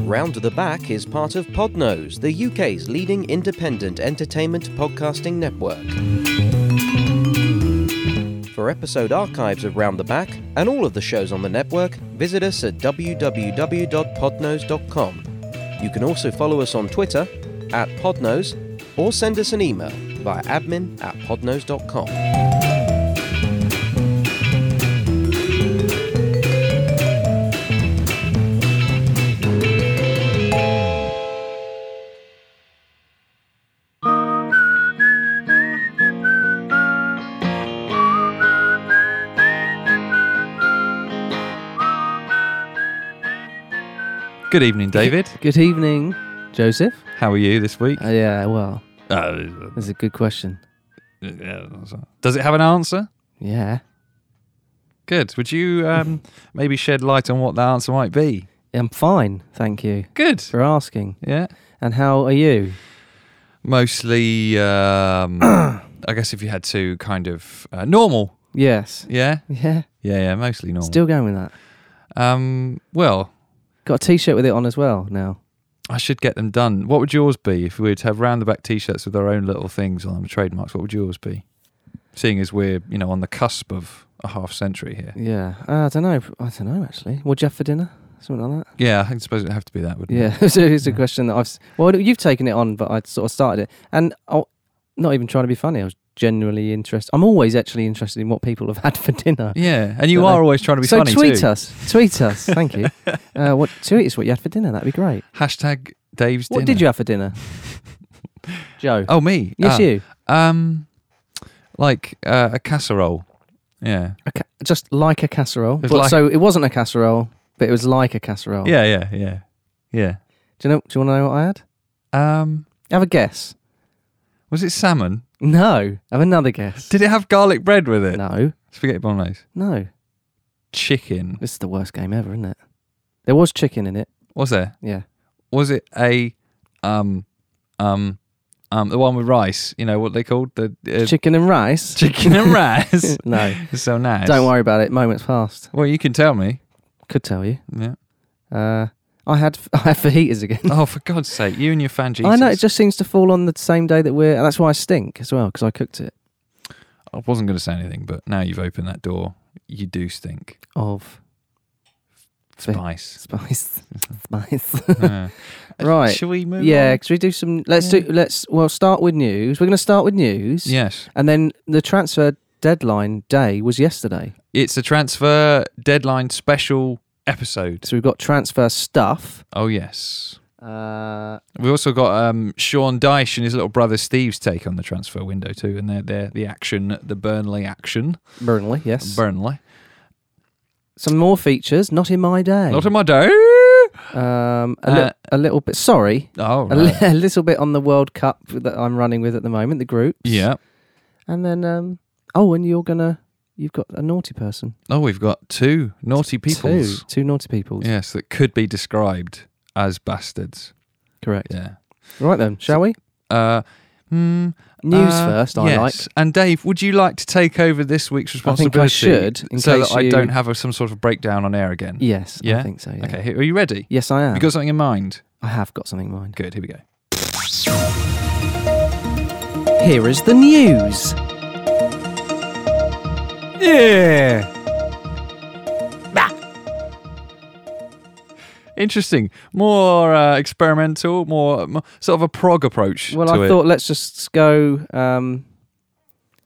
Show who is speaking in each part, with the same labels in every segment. Speaker 1: Round the Back is part of Podnose, the UK's leading independent entertainment podcasting network. For episode archives of Round the Back and all of the shows on the network, visit us at www.podnose.com. You can also follow us on Twitter at Podnose or send us an email via admin at podnose.com.
Speaker 2: Good evening, David.
Speaker 3: Good evening, Joseph.
Speaker 2: How are you this week?
Speaker 3: Uh, yeah, well,
Speaker 2: Uh,
Speaker 3: that's a good question.
Speaker 2: yeah, that's all. does it have an answer?
Speaker 3: Yeah.
Speaker 2: Good. Would you um, maybe shed light on what the answer might be?
Speaker 3: I'm fine, thank you
Speaker 2: Good.
Speaker 3: for asking.
Speaker 2: Yeah.
Speaker 3: And how are you?
Speaker 2: Mostly, um, I guess if you had to kind of uh, normal.
Speaker 3: Yes.
Speaker 2: Yeah.
Speaker 3: Yeah.
Speaker 2: Yeah. Yeah. Mostly normal.
Speaker 3: Still going with that.
Speaker 2: Um. Well,
Speaker 3: Got a t shirt with it on as well now.
Speaker 2: I should get them done. What would yours be if we were to have round the back T-shirts with our own little things on them, trademarks? What would yours be? Seeing as we're you know on the cusp of a half century here.
Speaker 3: Yeah. Uh, I don't know. I don't know, actually. What'd you have for dinner? Something like that.
Speaker 2: Yeah, I suppose it'd have to be that, wouldn't it?
Speaker 3: Yeah. so it's a
Speaker 2: Yeah.
Speaker 3: question that I've. s- Well, you've taken it on, but I sort of started it. And I'll, not even trying to be funny. I was genuinely interested. I'm always actually interested in what people have had for dinner.
Speaker 2: Yeah, and you
Speaker 3: Don't
Speaker 2: are
Speaker 3: know.
Speaker 2: always trying to be
Speaker 3: so
Speaker 2: funny
Speaker 3: tweet
Speaker 2: too.
Speaker 3: us. Tweet us. Thank you. Uh, what tweet us what you had for dinner? That'd be great.
Speaker 2: Hashtag Dave's
Speaker 3: What
Speaker 2: dinner.
Speaker 3: did you have for dinner, Joe?
Speaker 2: Oh, me?
Speaker 3: yes,
Speaker 2: Ah,
Speaker 3: you.
Speaker 2: Um, like uh, a casserole. Yeah.
Speaker 3: A ca- just like a casserole.
Speaker 2: It's
Speaker 3: But
Speaker 2: like-
Speaker 3: so it wasn't a casserole, but it was like a casserole.
Speaker 2: Yeah, yeah, yeah, yeah.
Speaker 3: Do you know? Do you want to know what I had?
Speaker 2: Um,
Speaker 3: Have a guess.
Speaker 2: was it salmon?
Speaker 3: No. Have another guess.
Speaker 2: Did it have garlic bread with it?
Speaker 3: no.
Speaker 2: Spaghetti bolognese.
Speaker 3: No.
Speaker 2: Chicken.
Speaker 3: This is the worst game ever, isn't it? There was chicken in it.
Speaker 2: Was there?
Speaker 3: Yeah.
Speaker 2: Was it a um um um the one with rice? You know what they called the uh,
Speaker 3: chicken and rice.
Speaker 2: chicken and rice.
Speaker 3: no.
Speaker 2: so nice.
Speaker 3: Don't worry about it. Moments past.
Speaker 2: Well, you can tell me.
Speaker 3: Could tell you.
Speaker 2: Yeah.
Speaker 3: Uh, I had I had fajitas again.
Speaker 2: Oh, for God's sake, you and your fan Jesus.
Speaker 3: I know it just seems to fall on the same day that we're, and that's why I stink as well because I cooked it.
Speaker 2: I wasn't going to say anything, but now you've opened that door, you do stink.
Speaker 3: Of
Speaker 2: Spice.
Speaker 3: spice, spice.
Speaker 2: Yeah.
Speaker 3: Right.
Speaker 2: Shall we move
Speaker 3: yeah,
Speaker 2: on?
Speaker 3: because we do some. Let's do. Let's well start with news. We're going to start with news,
Speaker 2: Yes.
Speaker 3: and then the transfer deadline day was yesterday,
Speaker 2: It's a transfer deadline special episode.
Speaker 3: so we've got transfer stuff.
Speaker 2: Oh, yes.
Speaker 3: Uh,
Speaker 2: We've also got um, Sean Dyche and his little brother Steve's take on the transfer window, too, and they're, they're the action, the Burnley action.
Speaker 3: Burnley, yes.
Speaker 2: Burnley.
Speaker 3: some more features. Not in my day.
Speaker 2: Not in my day. Oh,
Speaker 3: um, a,
Speaker 2: Uh,
Speaker 3: li- a little bit. Sorry,
Speaker 2: Oh,
Speaker 3: a, li-
Speaker 2: right.
Speaker 3: a little bit on the World Cup that I'm running with at the moment. The groups.
Speaker 2: yeah.
Speaker 3: And then, um, oh, and you're gonna, you've got a naughty person.
Speaker 2: Oh, we've got two naughty peoples.
Speaker 3: Two, two naughty peoples.
Speaker 2: Yes, that could be described as bastards.
Speaker 3: Correct.
Speaker 2: Yeah.
Speaker 3: Right then, shall we?
Speaker 2: Uh, hmm,
Speaker 3: News
Speaker 2: uh,
Speaker 3: first. I
Speaker 2: yes. And Dave, would you like to take over this week's
Speaker 3: I
Speaker 2: responsibility?
Speaker 3: think I should, in
Speaker 2: so
Speaker 3: case
Speaker 2: that I
Speaker 3: you-
Speaker 2: don't have a, some sort of breakdown on air again.
Speaker 3: like. Yes.
Speaker 2: Yeah?
Speaker 3: I think so. Yeah.
Speaker 2: Okay. here- Are you ready?
Speaker 3: Yes, I am.
Speaker 2: You got something in mind?
Speaker 3: I have got something in mind.
Speaker 2: Good. Here we go.
Speaker 3: Here is the news. Yeah.
Speaker 2: Interesting. More uh, experimental. More, more sort of a prog approach.
Speaker 3: Well,
Speaker 2: to
Speaker 3: I
Speaker 2: it.
Speaker 3: thought let's just go, um,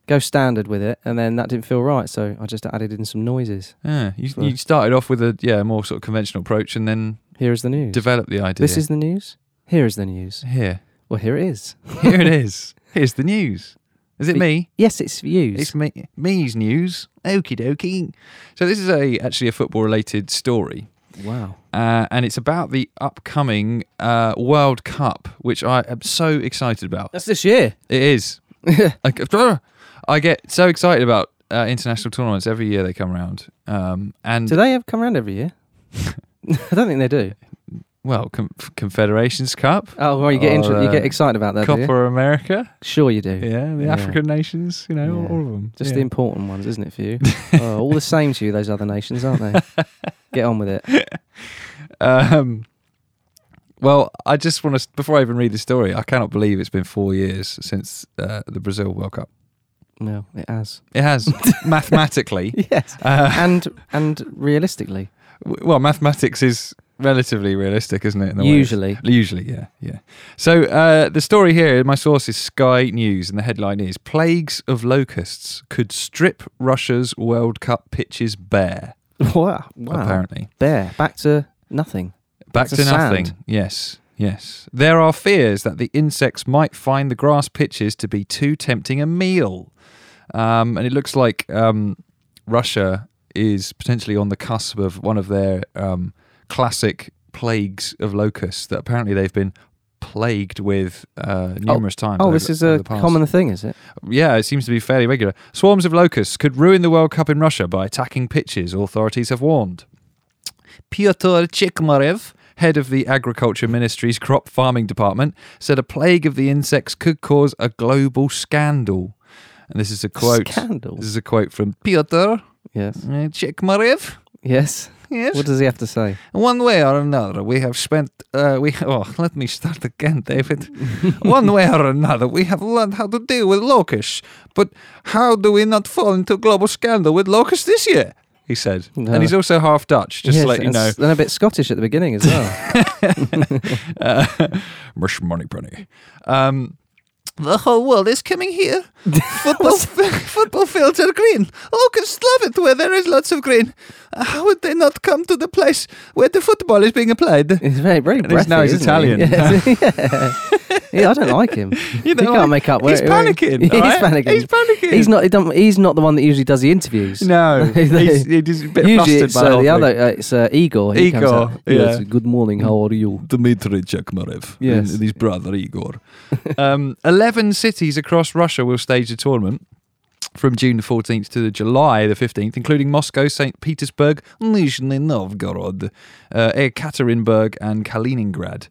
Speaker 3: go standard with it, and then that didn't feel right, so I just added in some noises.
Speaker 2: Yeah, you,
Speaker 3: So-
Speaker 2: you started off with a yeah more sort of conventional approach, and then
Speaker 3: Here is the news.
Speaker 2: developed the idea.
Speaker 3: this is the news. Here is the news.
Speaker 2: here.
Speaker 3: Well, here it is.
Speaker 2: Here it is. Here's the news. Is it
Speaker 3: Be-
Speaker 2: me?
Speaker 3: Yes, it's views.
Speaker 2: It's me, me's news. Okie dokie. So this is a actually a football related story,
Speaker 3: wow.
Speaker 2: uh, and it's about the upcoming uh, World Cup, which I am so excited about.
Speaker 3: That's this year.
Speaker 2: It is. I, g- I get so excited about uh, international tournaments every year they come around, um, and
Speaker 3: Do they have come around every year? I don't think they do.
Speaker 2: well, com- Confederations Cup,
Speaker 3: Oh, well, you get
Speaker 2: Or,
Speaker 3: inter- you
Speaker 2: uh,
Speaker 3: get excited about that. do you?
Speaker 2: Copper America,
Speaker 3: Sure, you do.
Speaker 2: yeah, the
Speaker 3: Yeah.
Speaker 2: African nations, you know, all-
Speaker 3: Yeah.
Speaker 2: all of them.
Speaker 3: Just
Speaker 2: yeah.
Speaker 3: the important ones, isn't it for you? oh, all the same to you, those other nations, aren't they? get on with it.
Speaker 2: Um, Well, I just want to, before I even read the story, I cannot believe it's been four years since uh, the Brazil World Cup.
Speaker 3: No, it has.
Speaker 2: It has, mathematically.
Speaker 3: Yes.
Speaker 2: Uh,
Speaker 3: and and realistically,
Speaker 2: w- well, mathematics is relatively realistic, isn't it? in a way?
Speaker 3: usually.
Speaker 2: Usually, yeah, yeah. So uh, the story here, my source is Sky News, and the headline is Plagues of Locusts Could Strip Russia's World Cup Pitches Bare,
Speaker 3: Wow. Wow.
Speaker 2: apparently.
Speaker 3: Bare. Back to nothing.
Speaker 2: Back
Speaker 3: It's a
Speaker 2: to nothing.
Speaker 3: sand.
Speaker 2: Yes, yes. There are fears that the insects might find the grass pitches to be too tempting a meal. Um, and it looks like um, Russia is potentially on the cusp of one of their um, classic plagues of locusts that apparently they've been plagued with uh, numerous times.
Speaker 3: Oh,
Speaker 2: over-
Speaker 3: this is
Speaker 2: over
Speaker 3: a
Speaker 2: the past.
Speaker 3: common thing, is it?
Speaker 2: Yeah, it seems to be fairly regular. Swarms of locusts could ruin the World Cup in Russia by attacking pitches, authorities have warned. Pyotr Chikmarev, head of the Agriculture Ministry's crop farming department, said a plague of the insects could cause a global scandal. And this is a quote.
Speaker 3: Scandal.
Speaker 2: This is a quote from Pyotr
Speaker 3: Yes.
Speaker 2: uh, Chikmarev.
Speaker 3: Yes.
Speaker 2: Yes.
Speaker 3: What does he have to say?
Speaker 2: One way or another, we have spent. Uh, we oh, let me start again, David. One way or another, we have learned how to deal with locusts. But how do we not fall into global scandal with locusts this year? He said,
Speaker 3: No.
Speaker 2: and he's also half Dutch. Just
Speaker 3: Yes,
Speaker 2: to let you
Speaker 3: and
Speaker 2: know,
Speaker 3: s- And a bit Scottish at the beginning as well.
Speaker 2: uh, mush money penny. Um, the whole world is coming here. football, f- football fields are green. Locusts love it where there is lots of green. How would they not come to the place where the football is being applied?
Speaker 3: It's very, very
Speaker 2: And he's-
Speaker 3: breathy,
Speaker 2: now he's
Speaker 3: isn't he?
Speaker 2: Italian.
Speaker 3: Yes. yeah. Yeah, I don't like him.
Speaker 2: You
Speaker 3: he
Speaker 2: know,
Speaker 3: can't
Speaker 2: like,
Speaker 3: make up. Where,
Speaker 2: he's
Speaker 3: where-
Speaker 2: panicking,
Speaker 3: Uh, He's
Speaker 2: alright?
Speaker 3: panicking.
Speaker 2: He's panicking.
Speaker 3: He's not. He don't, he's not the one that usually does the interviews.
Speaker 2: No, he's, he's a bit
Speaker 3: Usually
Speaker 2: flustered
Speaker 3: it's
Speaker 2: by the
Speaker 3: uh,
Speaker 2: whole
Speaker 3: the
Speaker 2: thing.
Speaker 3: other. Uh, it's uh, Igor. He comes
Speaker 2: Igor,
Speaker 3: out, Yes.
Speaker 2: yeah.
Speaker 3: Good morning. How are you?
Speaker 2: Dmitry Chekmarev
Speaker 3: Yes.
Speaker 2: and his brother Igor. um, 11 cities across Russia will stage the tournament from June the 14th to the July the 15th, including Moscow, St. Petersburg, Nizhny Novgorod, uh, Ekaterinburg, and Kaliningrad.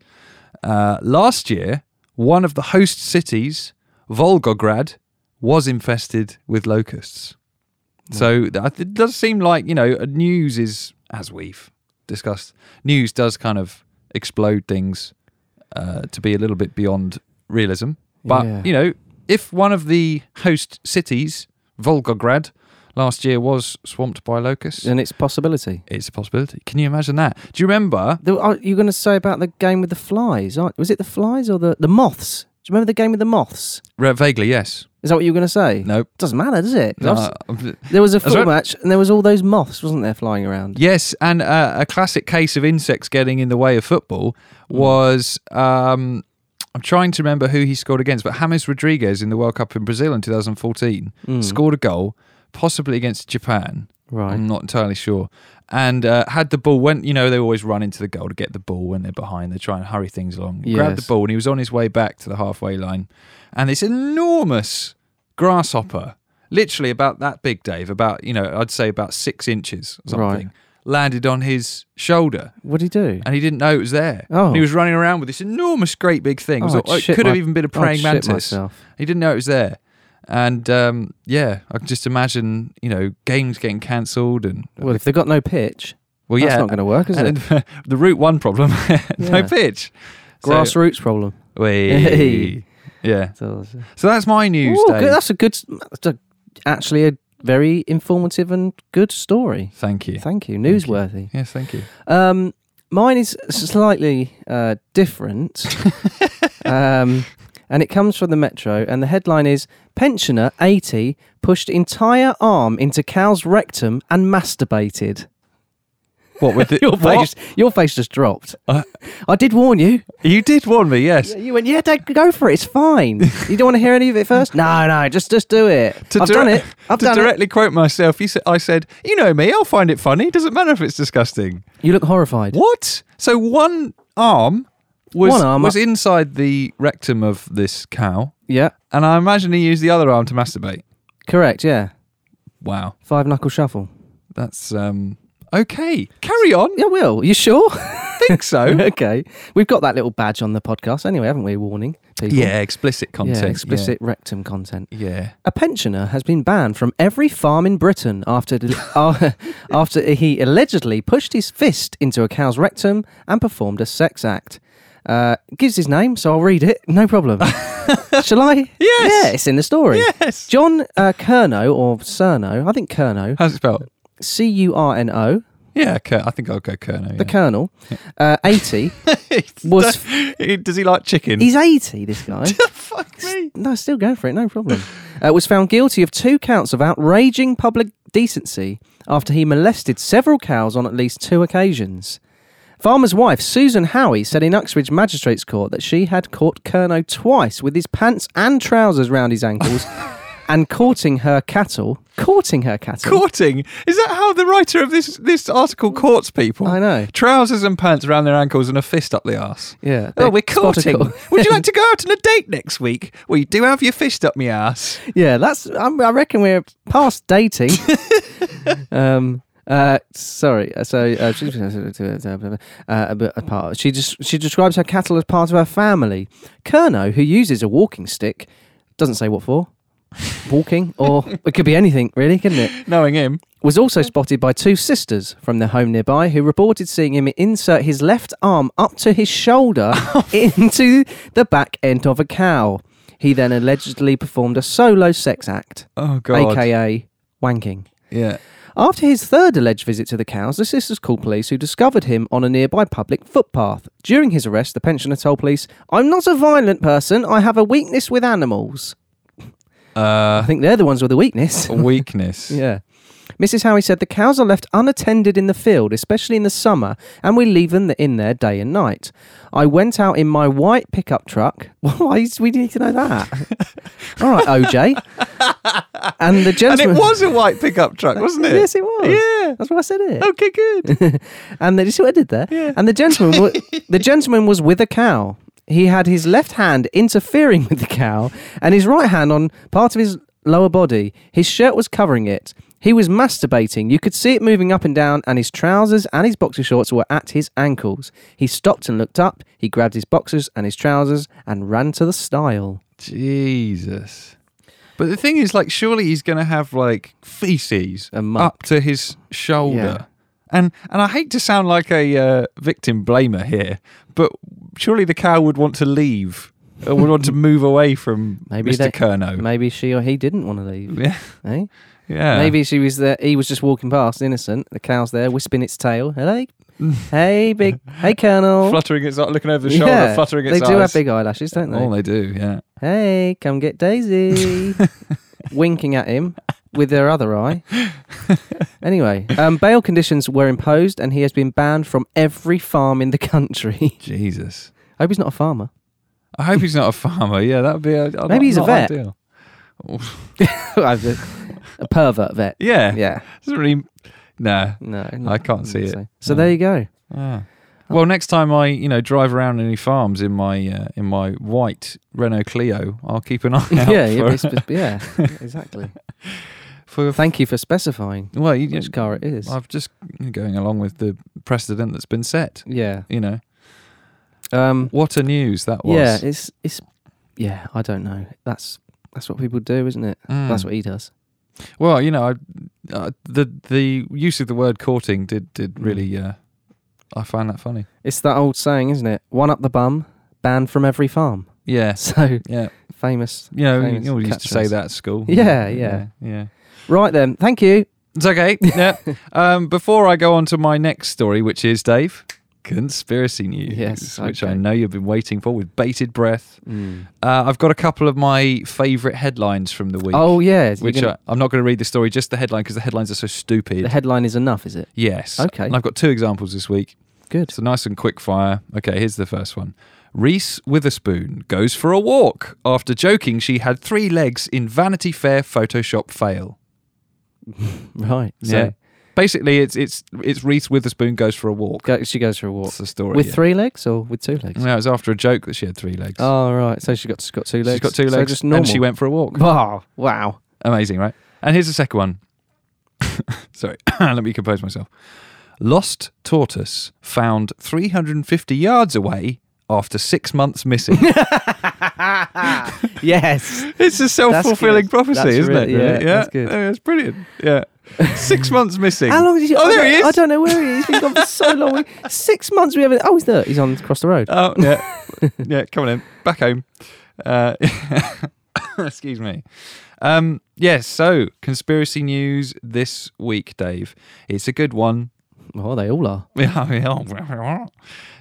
Speaker 2: Uh, last year, one of the host cities, Volgograd, was infested with locusts. So that, it does seem like, you know, uh, news is, as we've discussed, news does kind of explode things uh, to be a little bit beyond realism. But,
Speaker 3: Yeah.
Speaker 2: you know, if one of the host cities, Volgograd, last year was swamped by locusts,
Speaker 3: And it's possibility.
Speaker 2: it's a possibility. Can you imagine that? Do you remember?
Speaker 3: The, are you going to say about the game with the flies? Aren't, was it the flies or the the moths? Do you remember the game with the moths?
Speaker 2: Re- vaguely, yes.
Speaker 3: Is that what you were going to say?
Speaker 2: Nope. Uh,
Speaker 3: Doesn't matter, does it?
Speaker 2: No, I'm-
Speaker 3: There was a
Speaker 2: That's
Speaker 3: football
Speaker 2: right.
Speaker 3: match, and there was all those moths, wasn't there, flying around?
Speaker 2: Yes, and uh, a classic case of insects getting in the way of football was um, I'm trying to remember who he scored against, but James Rodriguez in the World Cup in Brazil in 2014
Speaker 3: Hmm.
Speaker 2: scored a goal, possibly against Japan.
Speaker 3: Right.
Speaker 2: I'm not entirely sure. And uh, had the ball, went, you know, they always run into the goal to get the ball when they're behind. They try and hurry things along. Grabbed the
Speaker 3: Yes.
Speaker 2: ball, and he was on his way back to the halfway line. And this enormous grasshopper, literally about that big, Dave, about, you know, I'd say about six inches or
Speaker 3: Right.
Speaker 2: something, landed on his shoulder.
Speaker 3: What did he do?
Speaker 2: And he didn't know it was there.
Speaker 3: Oh.
Speaker 2: And he was running around with this enormous, great big thing. It, was
Speaker 3: Oh,
Speaker 2: like-
Speaker 3: I'd
Speaker 2: it
Speaker 3: shit
Speaker 2: could have
Speaker 3: my-
Speaker 2: even been a
Speaker 3: I'd
Speaker 2: praying
Speaker 3: Oh, shit
Speaker 2: mantis.
Speaker 3: myself.
Speaker 2: He didn't know it was there. And um, yeah, I can just imagine, you know, games getting cancelled and
Speaker 3: Well, if they've got no pitch,
Speaker 2: well,
Speaker 3: that's
Speaker 2: yeah,
Speaker 3: not going to work, is
Speaker 2: and
Speaker 3: it?
Speaker 2: the route one problem, no
Speaker 3: Yeah.
Speaker 2: pitch. So-
Speaker 3: Grassroots problem.
Speaker 2: Wee. yeah.
Speaker 3: So, so-
Speaker 2: So uh, that's my news,
Speaker 3: Ooh,
Speaker 2: Dave.
Speaker 3: good, that's a good, that's a, actually a very informative and good story.
Speaker 2: Thank you.
Speaker 3: Thank you,
Speaker 2: Thank you.
Speaker 3: newsworthy.
Speaker 2: Yes, thank you.
Speaker 3: Um, mine is slightly uh, different, um, and it comes from the Metro. And the headline is: Pensioner eighty pushed entire arm into cow's rectum and masturbated.
Speaker 2: What with the,
Speaker 3: Your
Speaker 2: what?
Speaker 3: face, your face just dropped.
Speaker 2: Uh,
Speaker 3: I did warn you.
Speaker 2: You did warn me, yes.
Speaker 3: You went, yeah, Dad, go for it. It's fine. you don't want to hear any of it first. No, no, just just do it.
Speaker 2: To
Speaker 3: I've
Speaker 2: direct-
Speaker 3: done it. I've
Speaker 2: to
Speaker 3: done
Speaker 2: directly quote myself, you said, I said, "You know me. I'll find it funny. Doesn't matter if it's disgusting."
Speaker 3: it. You look horrified.
Speaker 2: What? So one arm was
Speaker 3: One arm- uh,
Speaker 2: was inside the rectum of this cow,
Speaker 3: Yeah,
Speaker 2: and I imagine he used the other arm to masturbate.
Speaker 3: correct. Yeah,
Speaker 2: Wow,
Speaker 3: five knuckle shuffle.
Speaker 2: that's um okay. Carry on.
Speaker 3: Yeah, will you sure?
Speaker 2: I think so.
Speaker 3: okay. We've got that little badge on the podcast anyway, haven't we? Warning people.
Speaker 2: Yeah, explicit content.
Speaker 3: Yeah, explicit rectum content.
Speaker 2: Yeah.
Speaker 3: A pensioner has been banned from every farm in Britain after uh, after he allegedly pushed his fist into a cow's rectum and performed a sex act. Uh, gives his name, so I'll read it. No problem. Shall I?
Speaker 2: Yes.
Speaker 3: Yeah, it's in the story.
Speaker 2: Yes.
Speaker 3: John uh, Curno or Cerno, I think Curno,
Speaker 2: How's it spelled?
Speaker 3: C U R N O,
Speaker 2: Yeah, Ker- I think I'll go Kerno.
Speaker 3: the Colonel, uh, 80. was-
Speaker 2: was does he like chicken?
Speaker 3: He's 80, this guy.
Speaker 2: Fuck me.
Speaker 3: No, still go for it, no problem. Uh, was found guilty of two counts of outraging public decency after he molested several cows on at least two occasions. Farmer's wife, Susan Howie, said in Uxbridge Magistrates Court that she had caught Kerno twice with his pants and trousers round his ankles and courting her cattle. Courting her cattle?
Speaker 2: Courting is that how the writer of this this article courts people?
Speaker 3: I know.
Speaker 2: Trousers and pants around their ankles and a fist up the arse.
Speaker 3: Yeah.
Speaker 2: Oh, we're courting.
Speaker 3: Spotical.
Speaker 2: Would you like to go out on a date next week? Well, you do have your fist up my ass.
Speaker 3: Yeah, that's. I'm, I reckon we're past dating. um, uh, sorry. uh, So uh, she, uh, but a part- she just she describes her cattle as part of her family. Kerno, who uses a walking stick, doesn't say what for. Walking, or it could be anything, really, couldn't it?
Speaker 2: Knowing him,
Speaker 3: Was also spotted by two sisters from their home nearby who reported seeing him insert his left arm up to his shoulder into the back end of a cow. He then allegedly performed a solo sex act
Speaker 2: oh god,
Speaker 3: aka wanking.
Speaker 2: yeah,
Speaker 3: After his third alleged visit to the cows, the sisters called police who discovered him on a nearby public footpath. During his arrest, the pensioner told police, I'm not a violent person, I have a weakness with animals.
Speaker 2: uh,
Speaker 3: I think they're the ones with the weakness.
Speaker 2: weakness.
Speaker 3: yeah. Mrs. Howie said the cows are left unattended in the field, especially in the summer, and we leave them in there day and night. I went out in my white pickup truck. Why do we need to know that? All right, OJ. And the
Speaker 2: And
Speaker 3: gentleman.
Speaker 2: it was a white pickup truck, wasn't it?
Speaker 3: Yes, it was.
Speaker 2: Yeah.
Speaker 3: That's why I said it.
Speaker 2: Okay, good.
Speaker 3: And they just see what I did there.
Speaker 2: Yeah.
Speaker 3: And the gentleman, wa- the gentleman was with a cow. He had his left hand interfering with the cow, and his right hand on part of his lower body. His shirt was covering it. He was masturbating. You could see it moving up and down, and his trousers and his boxer shorts were at his ankles. He stopped and looked up. He grabbed his boxers and his trousers and ran to the stile.
Speaker 2: Jesus. But the thing is, like, surely he's going to have like feces
Speaker 3: A muck.
Speaker 2: up to his shoulder. And and I hate to sound like a uh, victim blamer here, but surely the cow would want to leave, or would want to move away from
Speaker 3: Maybe
Speaker 2: Mr.
Speaker 3: they-
Speaker 2: Kerno.
Speaker 3: Maybe she or he didn't want to leave.
Speaker 2: yeah,
Speaker 3: Eh?
Speaker 2: yeah.
Speaker 3: Maybe she was there. He was just walking past, innocent. The cow's there, whispering its tail. Hello, hey, big, hey, Colonel.
Speaker 2: fluttering its looking over the shoulder,
Speaker 3: Yeah,
Speaker 2: fluttering
Speaker 3: They
Speaker 2: its
Speaker 3: do have
Speaker 2: eyes.
Speaker 3: big eyelashes, don't they?
Speaker 2: All Oh, they do, yeah.
Speaker 3: Hey, come get Daisy. Winking at him with their other eye. Anyway, um, bail conditions were imposed, and he has been banned from every farm in the country.
Speaker 2: Jesus.
Speaker 3: I hope he's not a farmer.
Speaker 2: I hope he's not a farmer. Yeah, that would be a, a-
Speaker 3: Maybe he's a
Speaker 2: not
Speaker 3: vet.
Speaker 2: ideal.
Speaker 3: a pervert vet.
Speaker 2: Yeah,
Speaker 3: Yeah.
Speaker 2: Doesn't really. No.
Speaker 3: No,
Speaker 2: I can't see it.
Speaker 3: So, so there you go.
Speaker 2: Ah. Well, next time I, you know, drive around any farms in my uh, in my white Renault Clio, I'll keep an eye out
Speaker 3: yeah, you'd
Speaker 2: for,
Speaker 3: be spe- yeah, exactly.
Speaker 2: for
Speaker 3: Thank you for specifying
Speaker 2: well, you,
Speaker 3: which car it is.
Speaker 2: I'm just going along with the precedent that's been set.
Speaker 3: yeah.
Speaker 2: You know,
Speaker 3: Um,
Speaker 2: what a news that was.
Speaker 3: yeah, it's it's yeah, I don't know. That's that's what people do, isn't it?
Speaker 2: Mm.
Speaker 3: That's what he does.
Speaker 2: Well, you know, I, uh, the the use of the word courting did did really.
Speaker 3: Mm.
Speaker 2: Uh, I find that funny.
Speaker 3: It's that old saying, isn't it? One up the bum, banned from every farm.
Speaker 2: Yeah,
Speaker 3: So
Speaker 2: yeah.
Speaker 3: famous.
Speaker 2: You know,
Speaker 3: famous
Speaker 2: you always used to say
Speaker 3: catchphrase.
Speaker 2: that at school.
Speaker 3: Yeah,
Speaker 2: yeah. yeah.
Speaker 3: Right then, thank you.
Speaker 2: It's okay. Yeah. um, before I go on to my next story, which is Dave, conspiracy news,
Speaker 3: Yes,
Speaker 2: which
Speaker 3: okay.
Speaker 2: I know you've been waiting for with bated breath. Uh, I've got a couple of my favourite headlines from the week.
Speaker 3: Oh yeah, you're
Speaker 2: which
Speaker 3: gonna-
Speaker 2: I, I'm not going to read the story, just the headline because the headlines are so stupid.
Speaker 3: the headline is enough, is it?
Speaker 2: yes.
Speaker 3: Okay.
Speaker 2: And I've got two examples this week.
Speaker 3: Good.
Speaker 2: So nice and quick fire. Okay, here's the first one. Reese Witherspoon goes for a walk after joking she had three legs in Vanity Fair Photoshop fail.
Speaker 3: Right. So
Speaker 2: Yeah. Basically, it's it's it's Reese Witherspoon goes for a walk.
Speaker 3: go, she goes for a walk
Speaker 2: That's the story.
Speaker 3: with
Speaker 2: yeah.
Speaker 3: three legs or with two legs.
Speaker 2: No, it was after a joke that she had three legs.
Speaker 3: Oh right, so she got she got two legs.
Speaker 2: She's got two
Speaker 3: So
Speaker 2: legs,
Speaker 3: just normal.
Speaker 2: and she went for a walk.
Speaker 3: Wow! Wow!
Speaker 2: Amazing, right? And here's the second one. Sorry, let me compose myself. Lost tortoise found 350 yards away after six months missing.
Speaker 3: yes.
Speaker 2: it's a self-fulfilling
Speaker 3: good.
Speaker 2: prophecy,
Speaker 3: That's
Speaker 2: isn't
Speaker 3: really-
Speaker 2: it?
Speaker 3: yeah,
Speaker 2: really?
Speaker 3: that's good.
Speaker 2: Yeah, it's brilliant. Yeah. Six months missing.
Speaker 3: How long did you?
Speaker 2: Oh, there
Speaker 3: I,
Speaker 2: he
Speaker 3: don't- I
Speaker 2: is.
Speaker 3: don't know where he is. He's been gone for so long. We- Six months. We haven't. Oh, he's there. He's on across the road.
Speaker 2: Oh yeah, yeah. Come on in, back home. Uh, excuse me. Um, yes. so, conspiracy news this week, Dave. It's a good one.
Speaker 3: Oh, they all are.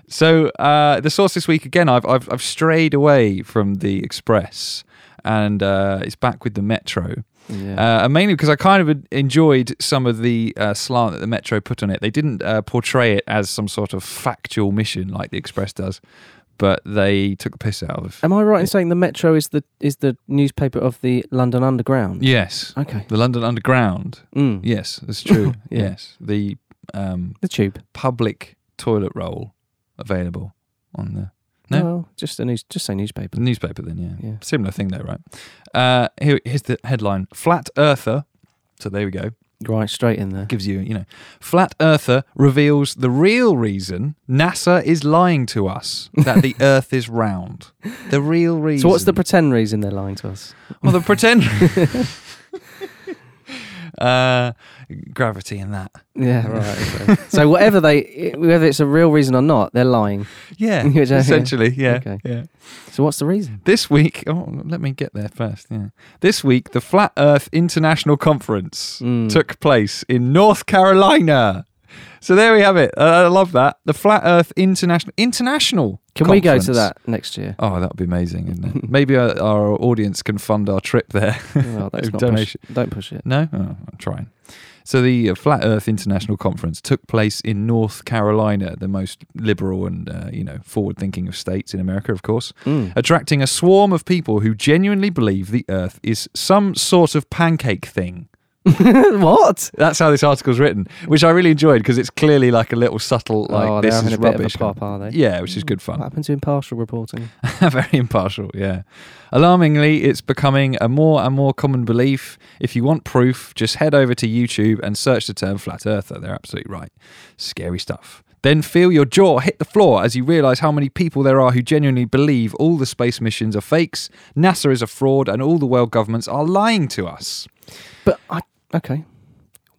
Speaker 2: so uh, the source this week again. I've, I've I've strayed away from the Express, and uh, it's back with the Metro.
Speaker 3: Yeah.
Speaker 2: Uh, and mainly because I kind of enjoyed some of the uh, slant that the Metro put on it. They didn't uh, portray it as some sort of factual mission like the Express does, but they took the piss out of.
Speaker 3: Am I right in saying the Metro is the is the newspaper of the London Underground?
Speaker 2: yes,
Speaker 3: Okay.
Speaker 2: the London Underground.
Speaker 3: Mm.
Speaker 2: Yes, that's true.
Speaker 3: Yeah.
Speaker 2: Yes, the um,
Speaker 3: The tube.
Speaker 2: public toilet roll available on the No.
Speaker 3: Well, just a news. Just say newspaper.
Speaker 2: newspaper. Then yeah,
Speaker 3: Yeah.
Speaker 2: similar thing though, right? Uh, here, here's the headline: Flat Earther. So there we go.
Speaker 3: Right, straight in there.
Speaker 2: gives you, you know, flat earther reveals the real reason NASA is lying to us that the earth is round. The real reason.
Speaker 3: So what's the pretend reason they're lying to us?
Speaker 2: well, the pretend uh gravity and that.
Speaker 3: Yeah, right. okay. so whatever they, whether it's a real reason or not, they're lying.
Speaker 2: Yeah.
Speaker 3: Which I-
Speaker 2: essentially, yeah.
Speaker 3: Okay.
Speaker 2: Yeah.
Speaker 3: So what's the reason?
Speaker 2: This week, oh, let me get there first. Yeah. This week, the Flat Earth International Conference
Speaker 3: Mm.
Speaker 2: took place in North Carolina. So there we have it. Uh, I love that. The Flat Earth International International.
Speaker 3: Can we go to
Speaker 2: Conference.
Speaker 3: that next year?
Speaker 2: Oh, that would be amazing, isn't it? Maybe our, our audience can fund our trip there.
Speaker 3: Well, that's
Speaker 2: A
Speaker 3: not push,
Speaker 2: donation.
Speaker 3: don't push it.
Speaker 2: No? Oh, I'm trying. So, the uh, Flat Earth International Conference took place in North Carolina, the most liberal and, uh, you know, forward thinking of states in America, of course,
Speaker 3: Mm.
Speaker 2: attracting a swarm of people who genuinely believe the Earth is some sort of pancake thing.
Speaker 3: Mm. what?
Speaker 2: That's how this article's written, which I really enjoyed because it's clearly like a little subtle, like,
Speaker 3: oh, they're
Speaker 2: this
Speaker 3: having
Speaker 2: is
Speaker 3: a bit
Speaker 2: rubbish.
Speaker 3: of a pop, are they?
Speaker 2: Yeah, which is good
Speaker 3: What
Speaker 2: fun.
Speaker 3: happened to impartial reporting?
Speaker 2: Very impartial, yeah. Alarmingly, it's becoming a more and more common belief. If you want proof, just head over to YouTube and search the term flat earther. They're absolutely right. Scary stuff. Then feel your jaw hit the floor as you realize how many people there are who genuinely believe all the space missions are fakes, NASA is a fraud, and all the world governments are lying to us.
Speaker 3: But I okay.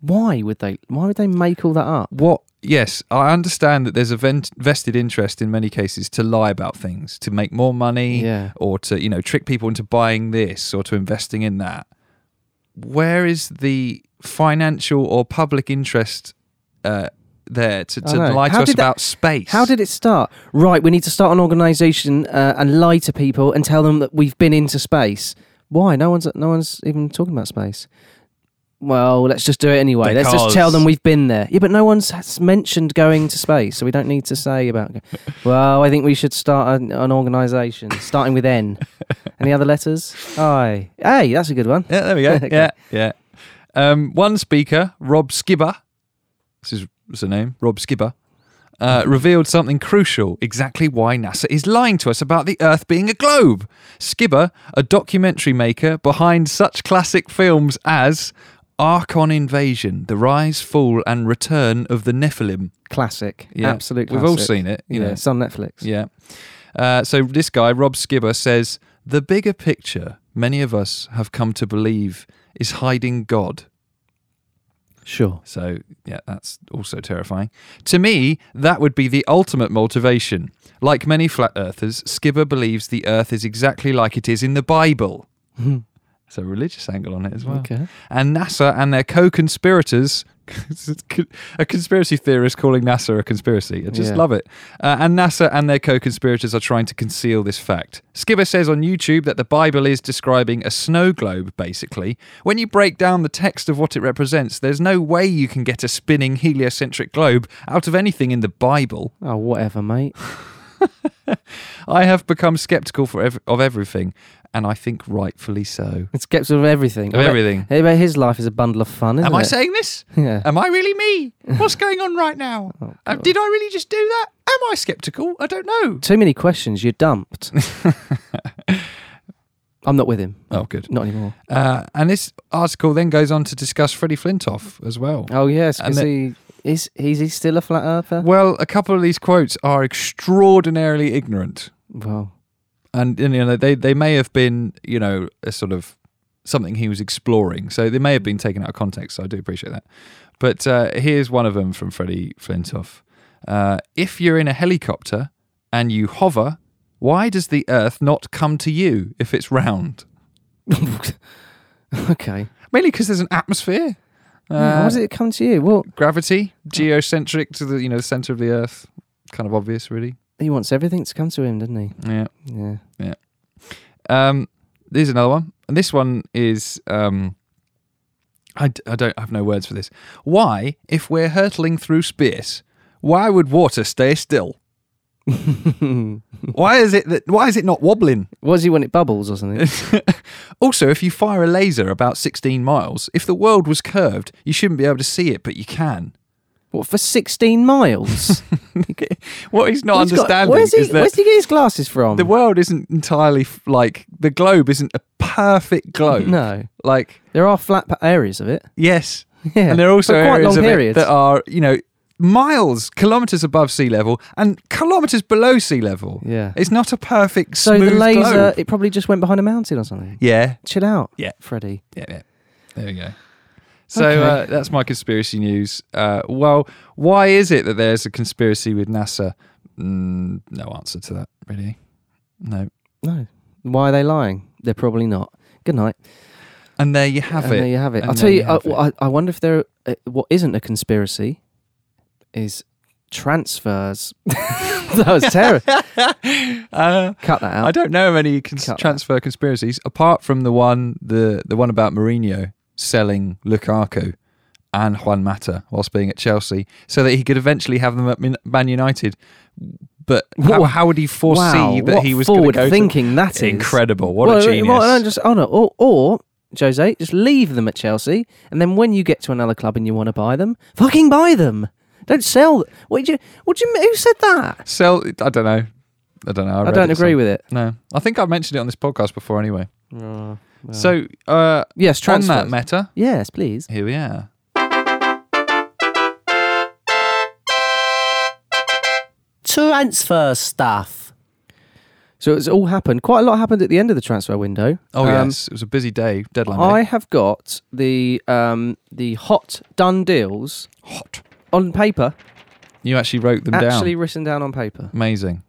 Speaker 3: Why would they? Why would they make all that up?
Speaker 2: What? Yes, I understand that there's a ven- vested interest in many cases to lie about things, to make more money,
Speaker 3: Yeah.
Speaker 2: or to you know trick people into buying this or to investing in that where is the financial or public interest uh, there to,
Speaker 3: I
Speaker 2: to
Speaker 3: know.
Speaker 2: lie to
Speaker 3: How
Speaker 2: us
Speaker 3: did that-
Speaker 2: about space
Speaker 3: How did it start? Right, we need to start an organisation uh, and lie to people and tell them that we've been into space. Why? No one's no one's even talking about space. Well, let's just do it anyway. Let's just tell
Speaker 2: Because-
Speaker 3: them we've been there. Yeah, but no one's has mentioned going to space, so we don't need to say about. Well, I think we should start an, an organisation starting with N. Any other letters? I. Hey, that's a good one.
Speaker 2: yeah there we go
Speaker 3: Okay.
Speaker 2: yeah yeah um, one speaker rob skibber this is what's the name rob skibber uh, revealed something crucial exactly why NASA is lying to us about the Earth being a globe. Skibber, a documentary maker behind such classic films as Archon Invasion, The Rise, Fall, and Return of the Nephilim.
Speaker 3: Classic.
Speaker 2: Yeah.
Speaker 3: Absolute.
Speaker 2: We've all
Speaker 3: classic.
Speaker 2: seen it, you
Speaker 3: yeah,
Speaker 2: know.
Speaker 3: it's on Netflix.
Speaker 2: Yeah. Uh, so this guy, Rob Skibber, says the bigger picture many of us have come to believe is hiding God.
Speaker 3: Sure.
Speaker 2: So, yeah, that's also terrifying. To me, that would be the ultimate motivation. Like many flat earthers, Skibber believes the earth is exactly like it is in the Bible. It's a religious angle on it as well.
Speaker 3: Okay.
Speaker 2: And NASA and their co conspirators. a conspiracy theorist calling NASA a conspiracy. I just
Speaker 3: Yeah.
Speaker 2: love it. Uh, and NASA and their co conspirators are trying to conceal this fact. Skibber says on YouTube that the Bible is describing a snow globe, basically. When you break down the text of what it represents, there's no way you can get a spinning heliocentric globe out of anything in the Bible.
Speaker 3: Oh, whatever, mate.
Speaker 2: I have become skeptical for ev- of everything, and I think rightfully so.
Speaker 3: It's gets rid of everything.
Speaker 2: Of everything.
Speaker 3: Hey, but his life is a bundle of fun, isn't
Speaker 2: Am
Speaker 3: it?
Speaker 2: I saying Oh, this?
Speaker 3: Yeah. Oh,
Speaker 2: Am I really me? What's going on right now? Uh, did I really just do that? Am I skeptical? I don't know.
Speaker 3: Too many questions. You're dumped. I'm not with him.
Speaker 2: Oh, good.
Speaker 3: Not anymore.
Speaker 2: Uh, and this article then goes on to discuss Freddie Flintoff as well.
Speaker 3: Oh yes,
Speaker 2: And
Speaker 3: because he is. Is he still a flat earther?
Speaker 2: Well, a couple of these quotes are extraordinarily ignorant,
Speaker 3: Well,
Speaker 2: and, and, you know they they may have been you know a sort of something he was exploring. So they may have been taken out of context. So I do appreciate that. But uh, here's one of them from Freddie Flintoff. Uh, if you're in a helicopter and you hover, why does the Earth not come to you if it's round?
Speaker 3: okay.
Speaker 2: Mainly because there's an atmosphere.
Speaker 3: How
Speaker 2: Uh,
Speaker 3: does Hmm, it Oh. come to you? Well,
Speaker 2: gravity, geocentric to the you know center of the Earth. Kind of obvious, really.
Speaker 3: he wants everything to come to him, doesn't he?
Speaker 2: Yeah.
Speaker 3: Yeah.
Speaker 2: Um, there's another one, and this one is um, I, d- I don't I have no words for this. Why, if we're hurtling through space, why would water stay still? why is it that why is it not wobbling?
Speaker 3: What does he want? It bubbles or something?
Speaker 2: Also, if you fire a laser about 16 miles, if the world was curved, you shouldn't be able to see it, but you can.
Speaker 3: what for? Sixteen miles.
Speaker 2: What he's not
Speaker 3: He's got-
Speaker 2: understanding
Speaker 3: where's he?
Speaker 2: is that
Speaker 3: where's he get his glasses from?
Speaker 2: the world isn't entirely f- like the globe isn't a perfect globe.
Speaker 3: no,
Speaker 2: Like
Speaker 3: there are flat pa- areas of it.
Speaker 2: yes,
Speaker 3: Yeah,
Speaker 2: and there are also
Speaker 3: for quite
Speaker 2: areas of
Speaker 3: long
Speaker 2: it
Speaker 3: periods.
Speaker 2: that are you know miles, kilometers above sea level, and kilometers below sea level.
Speaker 3: Yeah.
Speaker 2: It's not a perfect
Speaker 3: So
Speaker 2: smooth
Speaker 3: the laser,
Speaker 2: globe.
Speaker 3: it probably just went behind a mountain or something.
Speaker 2: Yeah,
Speaker 3: Chill out,
Speaker 2: Yeah.
Speaker 3: Freddie.
Speaker 2: yeah, yeah. There we go. So
Speaker 3: Okay.
Speaker 2: uh, that's my conspiracy news. Uh, well, why is it that there's a conspiracy with NASA? Mm, no answer to that, really. No.
Speaker 3: No, why are they lying? They're probably not. Good night.
Speaker 2: And there you have
Speaker 3: and
Speaker 2: it.
Speaker 3: there you have it.
Speaker 2: And
Speaker 3: I'll
Speaker 2: there
Speaker 3: tell
Speaker 2: you
Speaker 3: you. I,
Speaker 2: have it.
Speaker 3: I, I wonder if there. Uh, what isn't a conspiracy is transfers. that was terrible.
Speaker 2: Uh,
Speaker 3: Cut that
Speaker 2: I
Speaker 3: out.
Speaker 2: don't know of any cons-
Speaker 3: Cut that.
Speaker 2: transfer conspiracies apart from the one the the one about Mourinho selling Lukaku and Juan Mata whilst being at Chelsea, so that he could eventually have them at Min- Man United. But how,
Speaker 3: Whoa.
Speaker 2: how would he foresee
Speaker 3: wow,
Speaker 2: that
Speaker 3: what
Speaker 2: he was going to
Speaker 3: forward
Speaker 2: go?
Speaker 3: thinking that is
Speaker 2: to- incredible! What
Speaker 3: well,
Speaker 2: a
Speaker 3: well,
Speaker 2: genius!
Speaker 3: no, just, oh no, or, or Jose, just leave them at Chelsea, and then when you get to another club and you want to buy them, fucking buy them. Don't sell. What do you? What do you? Who said that?
Speaker 2: Sell? I don't know. I don't know. I,
Speaker 3: I,
Speaker 2: read
Speaker 3: don't
Speaker 2: it
Speaker 3: agree
Speaker 2: some-
Speaker 3: with it.
Speaker 2: No, I think I mentioned it on this podcast before. Anyway, so uh,
Speaker 3: yes,
Speaker 2: on
Speaker 3: transfer.
Speaker 2: that meta,
Speaker 3: yes, please.
Speaker 2: here we are.
Speaker 4: transfer stuff.
Speaker 3: So it's all happened. Quite a lot happened at the end of the transfer window.
Speaker 2: Oh
Speaker 3: Um,
Speaker 2: yes, it was a busy day. Deadline.
Speaker 3: I
Speaker 2: day.
Speaker 3: have got the um, the hot done deals
Speaker 2: Hot.
Speaker 3: on paper,
Speaker 2: You actually wrote them
Speaker 3: actually
Speaker 2: down.
Speaker 3: written down on paper.
Speaker 2: Amazing.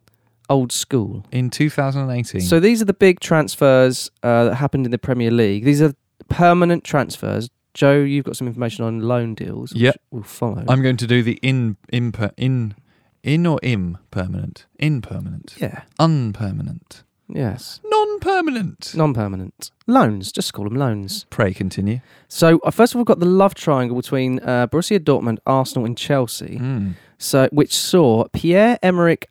Speaker 3: Old school.
Speaker 2: In 2018.
Speaker 3: So these are the big transfers uh, that happened in the Premier League. These are permanent transfers. Joe, you've got some information on loan deals. which
Speaker 2: Yep.
Speaker 3: we'll follow.
Speaker 2: I'm going to do the in in per- in in or im permanent, impermanent,
Speaker 3: yeah.
Speaker 2: unpermanent,
Speaker 3: Yes.
Speaker 2: non-permanent.
Speaker 3: Non-permanent loans. Just call them loans.
Speaker 2: Pray continue.
Speaker 3: So uh, first of all, we've got the love triangle between uh, Borussia Dortmund, Arsenal, and Chelsea.
Speaker 2: Mm.
Speaker 3: So which saw Pierre Emerick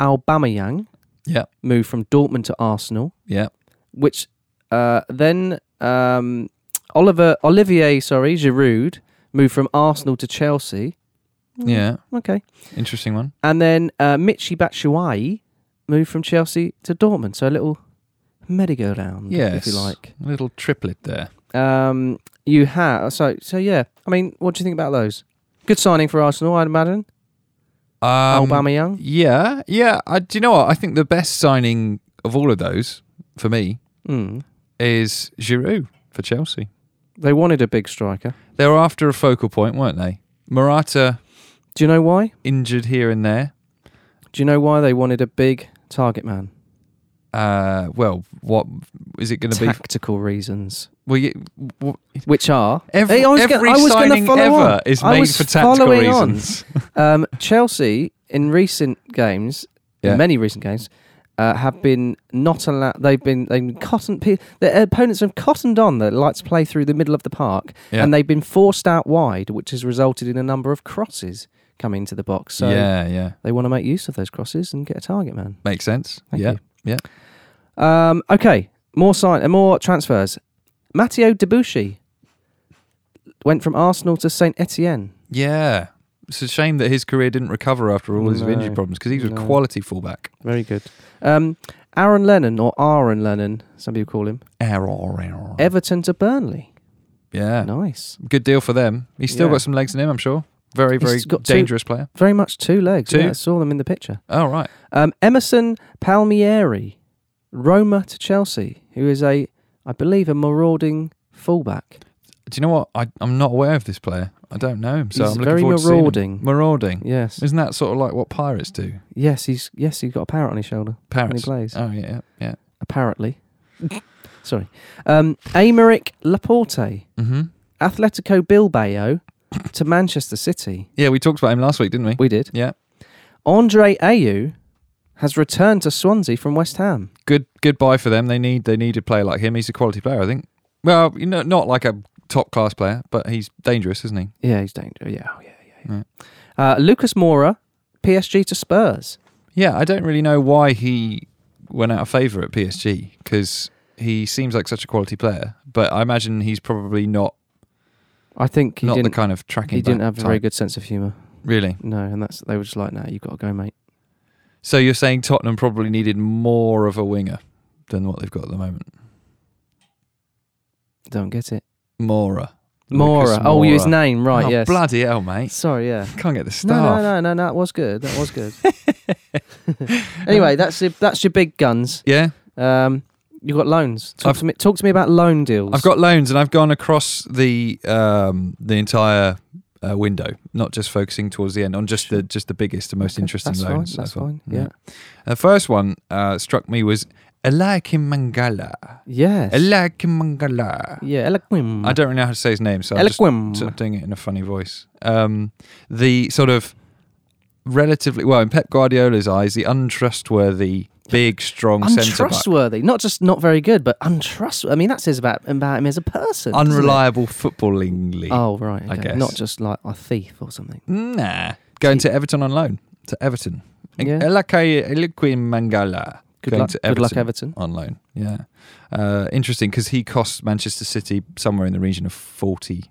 Speaker 3: Aubameyang
Speaker 2: Yep.
Speaker 3: move from Dortmund to Arsenal,
Speaker 2: Yeah.
Speaker 3: which uh, then um, Oliver Olivier, sorry, Giroud moved from Arsenal to Chelsea. Mm.
Speaker 2: Yeah.
Speaker 3: Okay.
Speaker 2: Interesting one.
Speaker 3: And then uh, Michy Batshuayi moved from Chelsea to Dortmund. So a little merry-go-round,
Speaker 2: Yes.
Speaker 3: if you like.
Speaker 2: A little triplet there.
Speaker 3: Um, you have so so yeah. I mean, what do you think about those? Good signing for Arsenal, I'd imagine.
Speaker 2: Um,
Speaker 3: Obama Young.
Speaker 2: Yeah. Yeah. I, do you know what? I think the best signing of all of those for me
Speaker 3: Mm.
Speaker 2: is Giroud for Chelsea.
Speaker 3: They wanted a big striker.
Speaker 2: They were after a focal point, weren't they? Morata
Speaker 3: Do you know why?
Speaker 2: injured here and there.
Speaker 3: Do you know why they wanted a big target man?
Speaker 2: uh well what is it going to be
Speaker 3: Tactical reasons,
Speaker 2: well you, w-
Speaker 3: which are
Speaker 2: every,
Speaker 3: Hey, I was gonna-
Speaker 2: every
Speaker 3: I was gonna
Speaker 2: signing
Speaker 3: follow
Speaker 2: ever
Speaker 3: on.
Speaker 2: is
Speaker 3: I
Speaker 2: made
Speaker 3: was
Speaker 2: for tactical
Speaker 3: following on.
Speaker 2: reasons
Speaker 3: um, Chelsea in recent games,
Speaker 2: Yeah.
Speaker 3: many recent games, uh, have been not allowed. They've been they've been cotton. Pe- their opponents have cottoned on that like to play through the middle of the park,
Speaker 2: Yeah.
Speaker 3: and they've been forced out wide, which has resulted in a number of crosses coming into the box. So
Speaker 2: yeah yeah
Speaker 3: they want to make use of those crosses and get a target man.
Speaker 2: makes sense
Speaker 3: Thank
Speaker 2: yeah
Speaker 3: you.
Speaker 2: yeah
Speaker 3: Um, okay, more sign and more transfers. Matteo Debuchy went from Arsenal to Saint Etienne.
Speaker 2: yeah it's a shame that his career didn't recover after all his
Speaker 3: No,
Speaker 2: injury problems because he was a
Speaker 3: no.
Speaker 2: quality fullback
Speaker 3: Very good. Um, Aaron Lennon or Aaron Lennon, some people call him.
Speaker 2: Err, err, err.
Speaker 3: Everton to Burnley. Ah.
Speaker 2: yeah
Speaker 3: Nice.
Speaker 2: good deal for them he's still
Speaker 3: Yeah.
Speaker 2: got some legs in him i'm sure very very
Speaker 3: He's got two-
Speaker 2: dangerous player
Speaker 3: Very much two legs.
Speaker 2: Two.
Speaker 3: Yeah, I saw them in the picture.
Speaker 2: oh right
Speaker 3: Um, Emerson Palmieri, Roma to Chelsea, who is a I believe, a marauding fullback.
Speaker 2: Do you know what? I, I'm not aware of this player. I don't know him, so
Speaker 3: He's
Speaker 2: I'm looking
Speaker 3: very
Speaker 2: forward to seeing him.
Speaker 3: marauding.
Speaker 2: Marauding.
Speaker 3: Yes,
Speaker 2: Isn't that sort of like what pirates do?
Speaker 3: yes, he's yes, he's got a parrot on his shoulder.
Speaker 2: Parrots.
Speaker 3: plays.
Speaker 2: Oh yeah, yeah.
Speaker 3: Apparently, sorry, um, Aymeric Laporte,
Speaker 2: Mm-hmm.
Speaker 3: Atletico Bilbao to Manchester City.
Speaker 2: Yeah, we talked about him last week, didn't we?
Speaker 3: We did.
Speaker 2: yeah.
Speaker 3: Andre Ayew has returned to Swansea from West Ham.
Speaker 2: Good good buy for them. They need they need a player like him. He's a quality player, I think. Well, you know, not like a top class player, but he's dangerous, isn't he?
Speaker 3: Yeah, he's dangerous. Yeah, oh, yeah, yeah. yeah. Uh, Lucas Moura, PSG to Spurs.
Speaker 2: Yeah, I don't really know why he went out of favour at PSG because he seems like such a quality player, but I imagine he's probably not
Speaker 3: I think he
Speaker 2: not the
Speaker 3: didn't.
Speaker 2: kind of tracking.
Speaker 3: he didn't
Speaker 2: back
Speaker 3: have a
Speaker 2: type,
Speaker 3: very good sense of humour.
Speaker 2: really.
Speaker 3: No, and that's they were just like, "No, you've got to go, mate."
Speaker 2: So you're saying Tottenham probably needed more of a winger than what they've got at the moment.
Speaker 3: Don't get it.
Speaker 2: Mora. Lucas
Speaker 3: Moura. Oh, his
Speaker 2: Moura.
Speaker 3: name, right?
Speaker 2: oh,
Speaker 3: yes.
Speaker 2: Bloody hell, mate!
Speaker 3: Sorry, yeah.
Speaker 2: Can't get the
Speaker 3: No,
Speaker 2: staff.
Speaker 3: no, no, no, no. That was good. That was good. anyway, that's your, that's your big guns.
Speaker 2: Yeah,
Speaker 3: Um, you got loans. Talk
Speaker 2: I've-
Speaker 3: to me. Talk to me about loan deals.
Speaker 2: I've got loans and I've gone across the um, the entire uh, window, not just focusing towards the end on just the just the biggest and most
Speaker 3: Okay,
Speaker 2: interesting
Speaker 3: that's
Speaker 2: loans.
Speaker 3: Fine, that's
Speaker 2: I thought.
Speaker 3: fine. Yeah.
Speaker 2: The first one uh, struck me was Eliakim Mangala.
Speaker 3: Yes.
Speaker 2: Eliakim Mangala.
Speaker 3: yeah. Eloquim.
Speaker 2: I don't really know how to say his name, so I'm just
Speaker 3: Eloquim.
Speaker 2: sort of doing it in a funny voice. Um, the sort of relatively well in Pep Guardiola's eyes, the untrustworthy, big, strong centre back,
Speaker 3: untrustworthy. Not just not very good, but untrustworthy. I mean, that says about about him as a person. doesn't it?
Speaker 2: unreliable footballingly.
Speaker 3: Oh right,
Speaker 2: I
Speaker 3: okay.
Speaker 2: guess.
Speaker 3: not just like a thief or something.
Speaker 2: Nah, going to Everton on loan to Everton.
Speaker 3: Yeah.
Speaker 2: Eliakim Mangala.
Speaker 3: Good
Speaker 2: going
Speaker 3: luck.
Speaker 2: to
Speaker 3: Good luck, Everton.
Speaker 2: on loan. Yeah, uh, interesting because he costs Manchester City somewhere in the region of forty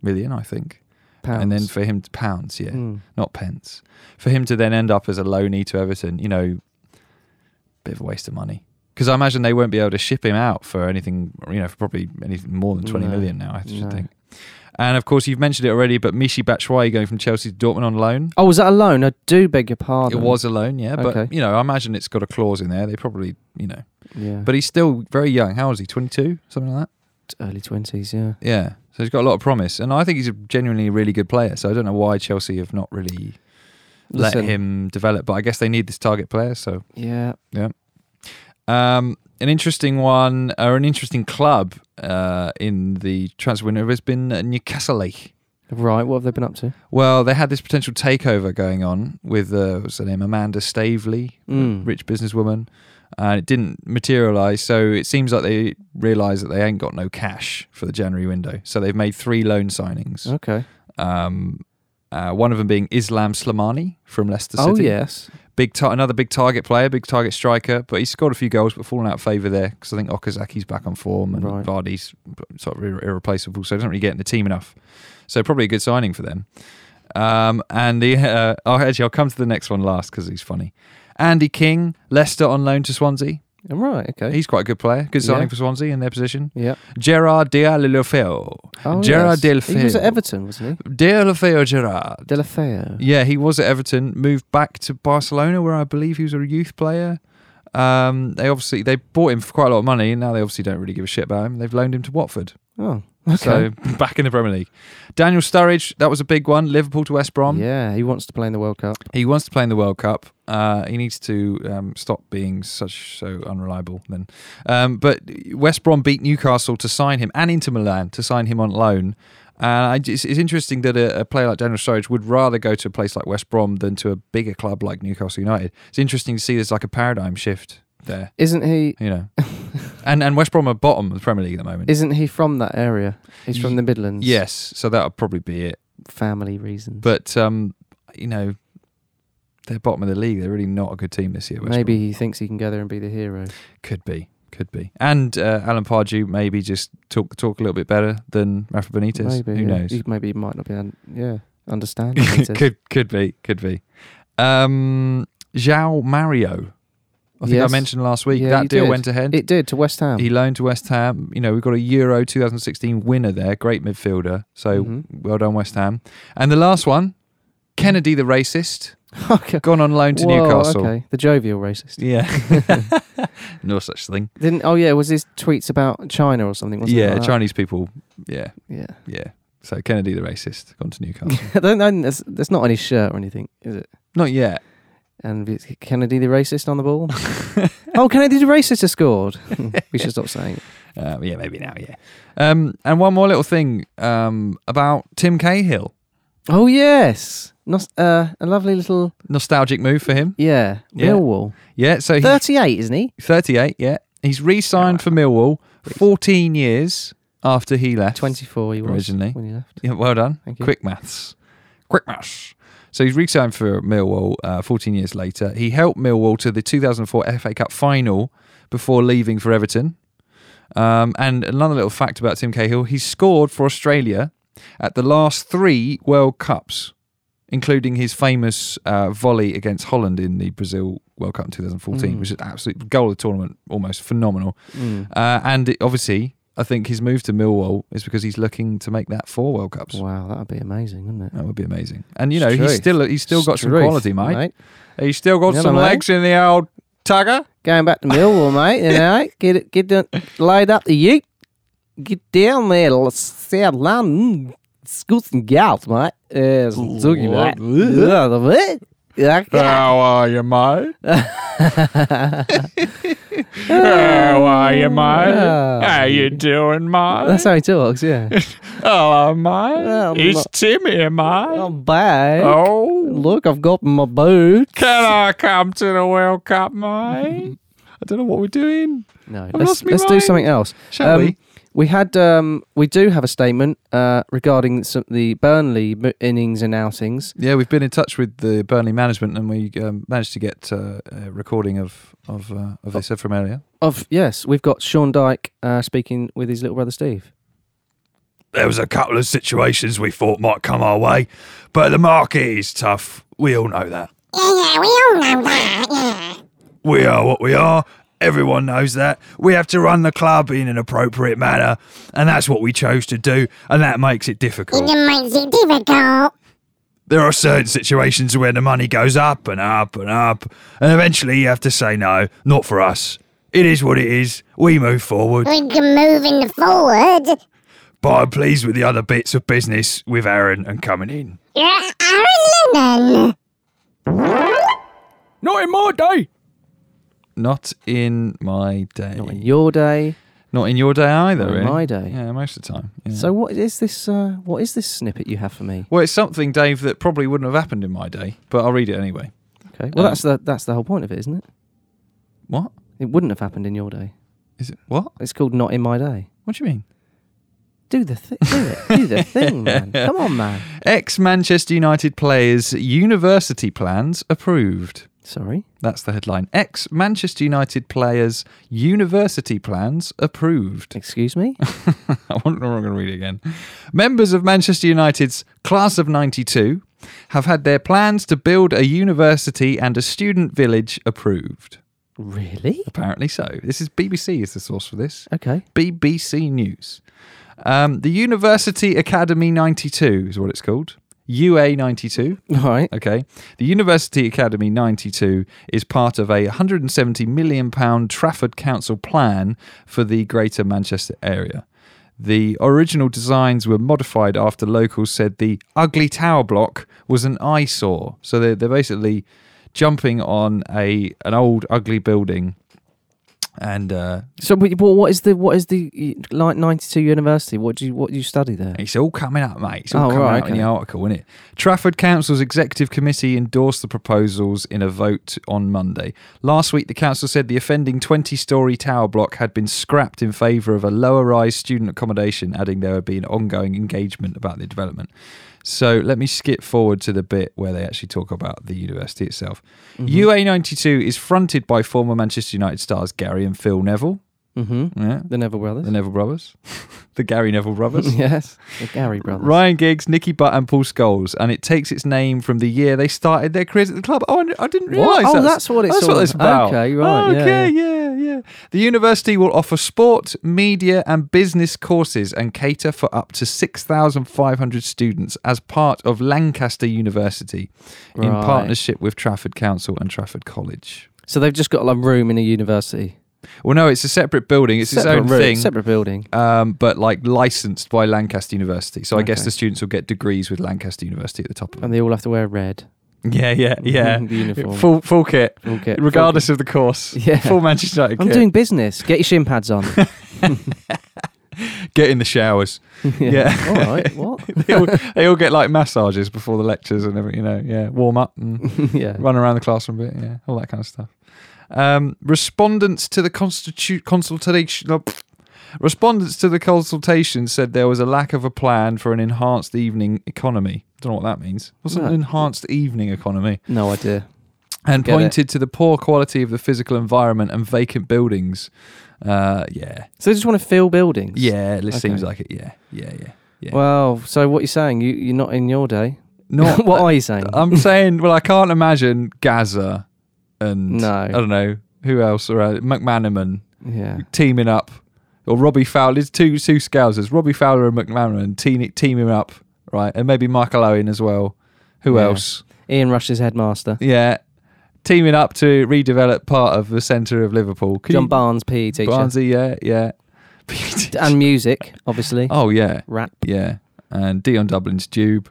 Speaker 2: million, I think.
Speaker 3: Pounds.
Speaker 2: And then for him to pounds, yeah,
Speaker 3: Mm.
Speaker 2: not pence. For him to then end up as a loanee to Everton, you know, bit of a waste of money. Because I imagine they won't be able to ship him out for anything, you know, for probably anything more than twenty
Speaker 3: No,
Speaker 2: million now. I should
Speaker 3: no.
Speaker 2: think. And of course, you've mentioned it already, but Mishi Batshuayi going from Chelsea to Dortmund on loan.
Speaker 3: oh, was that a loan? I do beg your
Speaker 2: It
Speaker 3: pardon.
Speaker 2: was a loan, yeah, but
Speaker 3: Okay.
Speaker 2: you know, I imagine it's got a clause in there. They probably, you know,
Speaker 3: Yeah.
Speaker 2: but he's still very young. How old is he? 22? Something like
Speaker 3: early twenties. Yeah.
Speaker 2: that? Yeah. So he's got a lot of promise. And I think he's a genuinely really good player. So I don't know why Chelsea have not really
Speaker 3: Listen.
Speaker 2: let him develop. But I guess they need this target player. So
Speaker 3: Yeah.
Speaker 2: um, an interesting one, or an interesting club uh, in the transfer window has been uh, Newcastle.
Speaker 3: Right. What have they been up to?
Speaker 2: Well, they had this potential takeover going on with, uh, what's her name, Amanda Staveley,
Speaker 3: Mm.
Speaker 2: rich businesswoman, and it didn't materialize. So it seems like they realize that they ain't got no cash for the January window. So they've made three loan signings.
Speaker 3: Okay.
Speaker 2: Um, uh, one of them being Islam Slimani from Leicester
Speaker 3: Oh
Speaker 2: City.
Speaker 3: yes.
Speaker 2: big tar- another big target player, big target striker, but he's scored a few goals, but fallen out of favour there because I think Okazaki's back on form and
Speaker 3: Right.
Speaker 2: Vardy's sort of irre- irreplaceable, so he doesn't really get in the team enough. So probably a good signing for them. Um, and the uh, oh, actually, I'll come to the next one last because he's funny. Andy King, Leicester on loan to Swansea.
Speaker 3: All right. Okay.
Speaker 2: He's quite a good player. Good signing
Speaker 3: Yeah.
Speaker 2: for Swansea in their position.
Speaker 3: yeah.
Speaker 2: Gerard Deulofeu.
Speaker 3: Oh,
Speaker 2: Gerard
Speaker 3: yes. He was
Speaker 2: Delfeu.
Speaker 3: at Everton, wasn't he?
Speaker 2: Deulofeu Gerard.
Speaker 3: Delafeo.
Speaker 2: Yeah, he was at Everton, moved back to Barcelona, where I believe he was a youth player. Um, they obviously they bought him for quite a lot of money, and now they obviously don't really give a shit about him. They've loaned him to Watford,
Speaker 3: Oh. Okay.
Speaker 2: so back in the Premier League. Daniel Sturridge, that was a big one. Liverpool to West Brom.
Speaker 3: yeah. He wants to play in the World Cup.
Speaker 2: He wants to play in the World Cup. Uh, he needs to um, stop being such so unreliable. Then, um, but West Brom beat Newcastle to sign him, and Inter Milan to sign him on loan. And I, it's, it's interesting that a, a player like Daniel Sturridge would rather go to a place like West Brom than to a bigger club like Newcastle United. It's interesting to see there's like a paradigm shift there.
Speaker 3: Isn't he?
Speaker 2: You know, and and West Brom are bottom of the Premier League at the moment.
Speaker 3: Isn't he from that area? He's
Speaker 2: Ye-
Speaker 3: from the Midlands.
Speaker 2: yes, so that'll probably be it.
Speaker 3: Family reasons.
Speaker 2: But um, you know, they're bottom of the league. They're really not a good team this year. West
Speaker 3: Maybe
Speaker 2: Brom.
Speaker 3: he thinks he can go there and be the hero.
Speaker 2: Could be, could be. And uh, Alan Pardew maybe just talk talk a little bit better than Rafa Benitez.
Speaker 3: maybe
Speaker 2: Who
Speaker 3: yeah.
Speaker 2: knows?
Speaker 3: He maybe might not be. Un- yeah, understand. Benitez.
Speaker 2: could could be, could be. Um, João Mario, I think
Speaker 3: Yes.
Speaker 2: I mentioned last week
Speaker 3: Yeah, you
Speaker 2: that deal
Speaker 3: did.
Speaker 2: went ahead.
Speaker 3: It um, did to West Ham.
Speaker 2: he loaned to West Ham. You know, we've got a Euro 2016 winner there, great midfielder. So
Speaker 3: Mhm.
Speaker 2: well done, West Ham. And the last one, Kennedy the racist,
Speaker 3: Okay.
Speaker 2: gone on loan to
Speaker 3: Whoa,
Speaker 2: Newcastle.
Speaker 3: Okay, the jovial racist.
Speaker 2: Yeah. no such thing.
Speaker 3: Didn't? Oh yeah, was his tweets about China or something? Wasn't it,
Speaker 2: yeah,
Speaker 3: like that?
Speaker 2: Chinese people. Yeah,
Speaker 3: Yeah.
Speaker 2: yeah. So Kennedy the racist, gone to Newcastle.
Speaker 3: I don't know. That's, that's not on his shirt or anything, is it?
Speaker 2: Not yet.
Speaker 3: And it's Kennedy the racist on the ball. oh, Kennedy the racist has scored. we should stop saying it.
Speaker 2: Uh, yeah, maybe now, yeah. Um, and one more little thing um, about Tim Cahill.
Speaker 3: Oh yes, Nos- uh, a lovely little
Speaker 2: Nostalgic move for him.
Speaker 3: yeah,
Speaker 2: Yeah.
Speaker 3: Millwall.
Speaker 2: Yeah, so he's
Speaker 3: Thirty-eight, isn't he?
Speaker 2: 38, yeah. He's re signed for Millwall 14 years after he left.
Speaker 3: Twenty-four. He was
Speaker 2: Originally.
Speaker 3: when he left.
Speaker 2: Yeah, well done.
Speaker 3: Thank you.
Speaker 2: Quick maths. Quick maths. So he's re-signed for Millwall uh, 14 years later. He helped Millwall to the 2004 FA Cup final before leaving for Everton. Um, and another little fact about Tim Cahill, he scored for Australia at the last three World Cups, including his famous uh, volley against Holland in the Brazil World Cup in 2014,
Speaker 3: Mm.
Speaker 2: which is an absolute goal of the tournament, almost phenomenal.
Speaker 3: Mm.
Speaker 2: Uh, and it, obviously, I think his move to Millwall is because he's looking to make that four World Cups.
Speaker 3: Wow, that would be amazing, wouldn't it?
Speaker 2: That would be amazing. And you
Speaker 3: It's
Speaker 2: know, he's
Speaker 3: truth.
Speaker 2: still he's still got some
Speaker 3: Struth,
Speaker 2: quality, mate. He's still got
Speaker 3: You know,
Speaker 2: some
Speaker 3: mate.
Speaker 2: legs in the old tugger.
Speaker 3: Going back to Millwall, mate. You know, get it, get down, load up the ute, get down there, l- South London, scoot some gals, mate. Yeah, some zoogie, mate. Yeah, the bit. Yeah, yeah.
Speaker 2: How are you, mate? How are you,
Speaker 3: Oh.
Speaker 2: mate? How you doing, mate?
Speaker 3: That's how he talks. Yeah.
Speaker 2: Hello,
Speaker 3: Oh,
Speaker 2: mate. It's
Speaker 3: my-
Speaker 2: Tim here, mate.
Speaker 3: I'm back.
Speaker 2: Oh,
Speaker 3: Look, I've got my boots.
Speaker 2: can I come to the World Cup, mate? I don't know what we're doing.
Speaker 3: No,
Speaker 2: lost
Speaker 3: let's,
Speaker 2: me
Speaker 3: let's do
Speaker 2: mind.
Speaker 3: something else.
Speaker 2: Shall we?
Speaker 3: Um, We had um, we do have a statement uh, regarding some, the Burnley mo- innings and outings.
Speaker 2: Yeah, we've been in touch with the Burnley management, and we um, managed to get uh, a recording of of uh, of this from earlier.
Speaker 3: Of yes, we've got Sean Dyke uh, speaking with his little brother Steve.
Speaker 5: there was a couple of situations we thought might come our way, but the market is tough. We all know that. Yeah, we all know that. Yeah. We are what we are. Everyone knows that. We have to run the club in an appropriate manner, and that's what we chose to do, and that makes it difficult.
Speaker 6: It makes it difficult.
Speaker 5: There are certain situations where the money goes up and up and up, and eventually you have to say no, not for us. It is what it is. We move forward.
Speaker 6: We can move in the forward.
Speaker 5: But I'm pleased with the other bits of business with Aaron and coming in.
Speaker 6: Yeah, Aaron Lennon.
Speaker 2: Not in my day. Not in my day.
Speaker 3: Not in your day.
Speaker 2: Not in your day either.
Speaker 3: Not in
Speaker 2: really.
Speaker 3: my day.
Speaker 2: Yeah, most of the time. yeah.
Speaker 3: So what is this? Uh, what is this snippet you have for me?
Speaker 2: well, it's something, Dave, that probably wouldn't have happened in my day, but I'll read it anyway.
Speaker 3: Okay. Well,
Speaker 2: Um,
Speaker 3: that's the that's the whole point of it, isn't it?
Speaker 2: What
Speaker 3: It wouldn't have happened in your day.
Speaker 2: is it? What?
Speaker 3: It's called not in my day.
Speaker 2: What do you mean?
Speaker 3: Do the thi- do it. Do the thing, man. Come on, man.
Speaker 2: Ex Manchester United players' university plans approved.
Speaker 3: Sorry.
Speaker 2: That's the headline. Ex Manchester United players' university plans approved.
Speaker 3: Excuse me.
Speaker 2: I wonder if I'm going to read it again. Members of Manchester United's class of 92 have had their plans to build a university and a student village approved.
Speaker 3: really?
Speaker 2: Apparently so. This is BBC is the source for this.
Speaker 3: Okay.
Speaker 2: BBC News. Um, the University Academy 92 is what it's called. UA 92.
Speaker 3: All right.
Speaker 2: Okay. The University Academy 92 is part of a 170 million pound Trafford Council plan for the Greater Manchester area. The original designs were modified after locals said the ugly tower block was an eyesore. So they're, they're basically jumping on a an old ugly building and uh,
Speaker 3: So, but, but what is the what is the y- like ninety two university? What do you what do you study there?
Speaker 2: It's all coming up, mate. It's all
Speaker 3: Oh,
Speaker 2: coming
Speaker 3: right,
Speaker 2: out in the
Speaker 3: okay.
Speaker 2: article, isn't it? Trafford Council's executive committee endorsed the proposals in a vote on Monday. Last week, the council said the offending 20 story tower block had been scrapped in favour of a lower rise student accommodation, adding there would be an ongoing engagement about the development. So let me skip forward to the bit where they actually talk about the university itself.
Speaker 3: Mm-hmm.
Speaker 2: UA92 is fronted by former Manchester United stars Gary and Phil Neville,
Speaker 3: Mm-hmm.
Speaker 2: yeah,
Speaker 3: The Neville brothers.
Speaker 2: the Neville brothers, the Gary Neville brothers.
Speaker 3: yes, the Gary brothers.
Speaker 2: Ryan Giggs, Nicky Butt, and Paul Scholes, and it takes its name from the year they started their careers at the club. Oh, I, I didn't
Speaker 3: What?
Speaker 2: realise.
Speaker 3: Oh, that's what it's
Speaker 2: that's
Speaker 3: all
Speaker 2: what it's about.
Speaker 3: about. Okay, right, yeah,
Speaker 2: Okay, yeah, yeah. yeah. The university will offer sport, media, and business courses and cater for up to 6,500 students as part of Lancaster University in
Speaker 3: Right.
Speaker 2: partnership with Trafford Council and Trafford College.
Speaker 3: So they've just got a room in a university.
Speaker 2: Well, no, it's a separate building, it's
Speaker 3: separate
Speaker 2: its own
Speaker 3: room,
Speaker 2: thing.
Speaker 3: Separate building.
Speaker 2: Um, but like licensed by Lancaster University, so I guess
Speaker 3: Okay.
Speaker 2: the students will get degrees with Lancaster University at the top of them.
Speaker 3: And they all have to wear red.
Speaker 2: Yeah, yeah, yeah.
Speaker 3: The uniform.
Speaker 2: full full kit,
Speaker 3: Full kit, Mm-hmm. full
Speaker 2: regardless of the course.
Speaker 3: Yeah.
Speaker 2: full Manchester United
Speaker 3: I'm
Speaker 2: kit.
Speaker 3: doing business. Get your shin pads on.
Speaker 2: get in the showers. Yeah.
Speaker 3: all right. What?
Speaker 2: they, all, they all get like massages before the lectures and everything, you know, yeah, warm up and
Speaker 3: yeah.
Speaker 2: run around the classroom a bit, yeah, all that kind of stuff. Um, respondents to the constitute consultation. oh, pfft. Respondents to the consultation said there was a lack of a plan for an enhanced evening economy. Don't know what that means. What's
Speaker 3: No.
Speaker 2: an enhanced evening economy?
Speaker 3: No idea.
Speaker 2: And
Speaker 3: Get it.
Speaker 2: pointed to the poor quality of the physical environment and vacant buildings. Uh, yeah,
Speaker 3: So they just want to fill buildings.
Speaker 2: yeah, it seems
Speaker 3: Okay.
Speaker 2: like it. Yeah, yeah, yeah. yeah.
Speaker 3: Well, so what you're saying? You you're not in your day.
Speaker 2: Not
Speaker 3: what are you saying?
Speaker 2: I'm saying, well, I can't imagine Gaza and
Speaker 3: No.
Speaker 2: I don't know who else around McManaman
Speaker 3: yeah.
Speaker 2: teaming up, or Robbie Fowler. There's two two Scousers, Robbie Fowler and McManaman team, teaming up, right, and maybe Michael Owen as well. Who
Speaker 3: Yeah.
Speaker 2: else?
Speaker 3: Ian Rush's headmaster.
Speaker 2: Yeah, teaming up to redevelop part of the centre of Liverpool. Could
Speaker 3: John
Speaker 2: you-
Speaker 3: Barnes, PE teacher.
Speaker 2: Barnsley, yeah, yeah.
Speaker 3: And music, obviously.
Speaker 2: oh yeah,
Speaker 3: Rap.
Speaker 2: yeah, and Dion Dublin's Tube,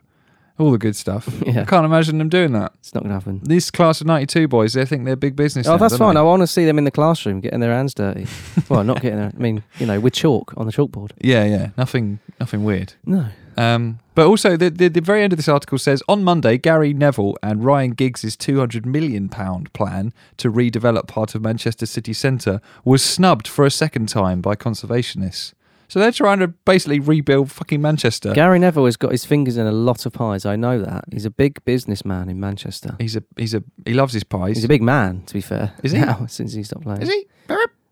Speaker 2: all the good stuff.
Speaker 3: Yeah.
Speaker 2: I can't imagine them doing that.
Speaker 3: It's not going to happen.
Speaker 2: This class of 92 boys, they think they're big business.
Speaker 3: Oh,
Speaker 2: now,
Speaker 3: that's
Speaker 2: don't
Speaker 3: fine.
Speaker 2: they?
Speaker 3: I want to see them in the classroom getting their hands dirty. well, not getting their, I mean, you know, with chalk on the chalkboard.
Speaker 2: Yeah, yeah. Nothing nothing weird.
Speaker 3: No.
Speaker 2: Um, but also, the, the, the very end of this article says on Monday, Gary Neville and Ryan Giggs' £200 million plan to redevelop part of Manchester city centre was snubbed for a second time by conservationists. So they're trying to basically rebuild fucking Manchester.
Speaker 3: Gary Neville has got his fingers in a lot of pies. I know that. He's a big businessman in Manchester.
Speaker 2: he's a he's a he loves his pies.
Speaker 3: He's a big man, to be fair.
Speaker 2: Is he?
Speaker 3: Now, since he stopped playing.
Speaker 2: Is he?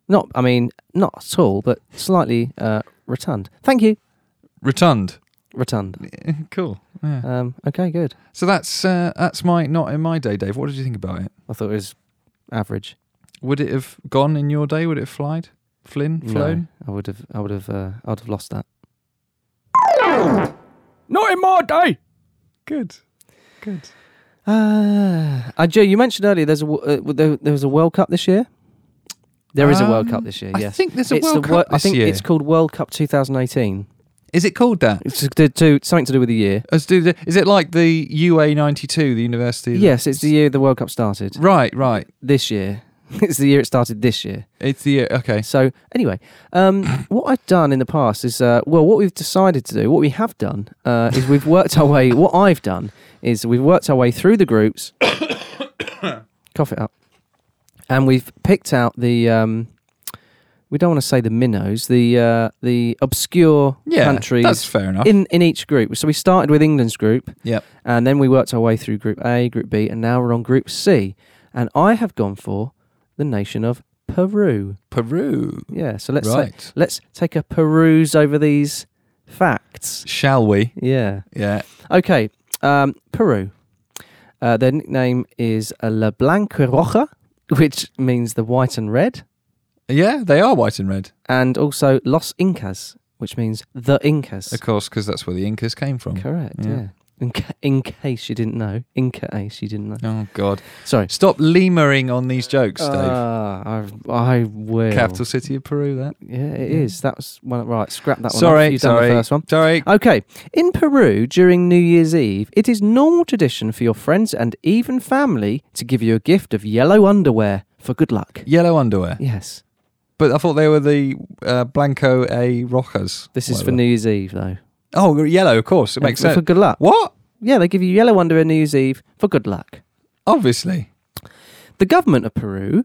Speaker 3: Not, I mean, not at all, but slightly uh, rotund. Thank you.
Speaker 2: Rotund.
Speaker 3: Rotund.
Speaker 2: Cool. Yeah.
Speaker 3: Um, okay, good.
Speaker 2: So that's uh, that's my not in my day, Dave. What did you think about it?
Speaker 3: I thought it was average.
Speaker 2: Would it have gone in your day? Would it have flied? Flynn?
Speaker 3: No,
Speaker 2: Flown?
Speaker 3: I would have, I would have, uh, I would have lost that.
Speaker 2: Not in my day! Good. Good.
Speaker 3: Ah, uh, Joe, you mentioned earlier there's a wo- uh, there, there was a World Cup this year. There is a World
Speaker 2: Um,
Speaker 3: Cup this year.
Speaker 2: I
Speaker 3: Yes,
Speaker 2: think there's a
Speaker 3: It's
Speaker 2: World
Speaker 3: the
Speaker 2: Cup
Speaker 3: I
Speaker 2: this
Speaker 3: think
Speaker 2: year.
Speaker 3: it's called World Cup 2018.
Speaker 2: Is it called that?
Speaker 3: It's to do, something to do with the year.
Speaker 2: Let's do the- Is it like the UA92, the university? that-
Speaker 3: Yes, it's the year the World Cup started.
Speaker 2: Right, right.
Speaker 3: This year, it's the year it started this year.
Speaker 2: It's the year. Okay.
Speaker 3: So anyway, um, what I've done in the past is, uh, well, what we've decided to do, what we have done, uh, is we've worked our way. What I've done is we've worked our way through the groups. cough it up, and we've picked out the. Um, we don't want to say the minnows, the uh, the obscure
Speaker 2: Yeah.
Speaker 3: countries
Speaker 2: That's fair enough.
Speaker 3: in in each group. So we started with England's group,
Speaker 2: yep.
Speaker 3: and then we worked our way through Group A, Group B, and now we're on Group C. And I have gone for the nation of Peru.
Speaker 2: Peru.
Speaker 3: Yeah, so let's
Speaker 2: Right.
Speaker 3: say, let's take a peruse over these facts.
Speaker 2: Shall we?
Speaker 3: Yeah.
Speaker 2: Yeah.
Speaker 3: Okay. Um, Peru. Uh, their nickname is uh, La Blanca Roja, which means the white and red,
Speaker 2: Yeah, they are white and red,
Speaker 3: and also Los Incas, which means the Incas.
Speaker 2: of course, because that's where the Incas came from.
Speaker 3: Correct.
Speaker 2: Yeah.
Speaker 3: Yeah. In, ca- in case you didn't know, in case you didn't know.
Speaker 2: Oh, God.
Speaker 3: Sorry.
Speaker 2: Stop lemering on these jokes, Dave.
Speaker 3: Ah, I, I will.
Speaker 2: Capital city of Peru, that.
Speaker 3: Yeah, it is. That was one. Right, scrap that one. off.
Speaker 2: sorry,
Speaker 3: You've done
Speaker 2: sorry.
Speaker 3: the first one.
Speaker 2: Sorry.
Speaker 3: Okay. In Peru, during New Year's Eve, it is normal tradition for your friends and even family to give you a gift of yellow underwear for good luck.
Speaker 2: Yellow underwear.
Speaker 3: Yes.
Speaker 2: But I thought they were the uh, Blanco A Rojas.
Speaker 3: This is for
Speaker 2: Whatever.
Speaker 3: New Year's Eve, though.
Speaker 2: Oh, yellow, of course. uh, It
Speaker 3: And
Speaker 2: makes
Speaker 3: for-
Speaker 2: sense.
Speaker 3: For good luck.
Speaker 2: What?
Speaker 3: Yeah, they give you yellow underwear New Year's Eve for good luck.
Speaker 2: Obviously.
Speaker 3: The government of Peru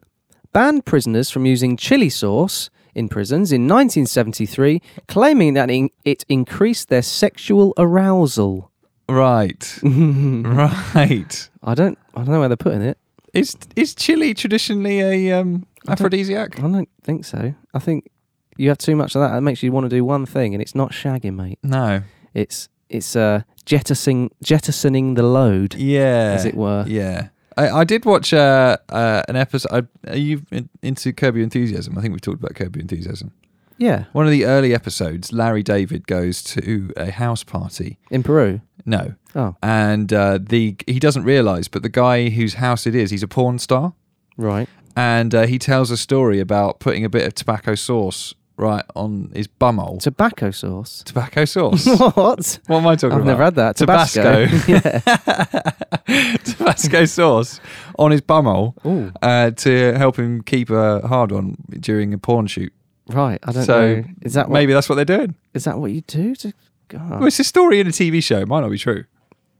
Speaker 3: banned prisoners from using chili sauce in prisons in 1973, claiming that in- it increased their sexual arousal.
Speaker 2: Right. right.
Speaker 3: I don't, I don't know where they're putting it.
Speaker 2: Is is chili traditionally a um, aphrodisiac?
Speaker 3: I don't think so. I think you have too much of that. That makes you want to do one thing, and it's not shagging, mate.
Speaker 2: No.
Speaker 3: It's it's uh, jettisoning jettisoning the load.
Speaker 2: Yeah.
Speaker 3: As it were.
Speaker 2: Yeah. I, I did watch uh, uh, an episode. I, are you in, into Curb Your Enthusiasm? I think we talked about Curb Your Enthusiasm.
Speaker 3: Yeah,
Speaker 2: One of the early episodes, Larry David goes to a house party.
Speaker 3: in Peru.
Speaker 2: No.
Speaker 3: Oh,
Speaker 2: And uh, the he doesn't realise, but the guy whose house it is, he's a porn star.
Speaker 3: right.
Speaker 2: And uh, he tells a story about putting a bit of tobacco sauce right on his bumhole.
Speaker 3: Tobacco sauce.
Speaker 2: tobacco sauce.
Speaker 3: What?
Speaker 2: What am I talking
Speaker 3: I've
Speaker 2: about?
Speaker 3: never had that.
Speaker 2: Tabasco.
Speaker 3: Tabasco. yeah.
Speaker 2: Tabasco sauce on his bumhole
Speaker 3: Ooh.
Speaker 2: uh, to help him keep a hard on during a porn shoot.
Speaker 3: Right. I don't
Speaker 2: so
Speaker 3: know. Is that what,
Speaker 2: maybe that's what they're doing?
Speaker 3: is that what you do? To, God.
Speaker 2: Well, it's a story in a TV show. It might not be true.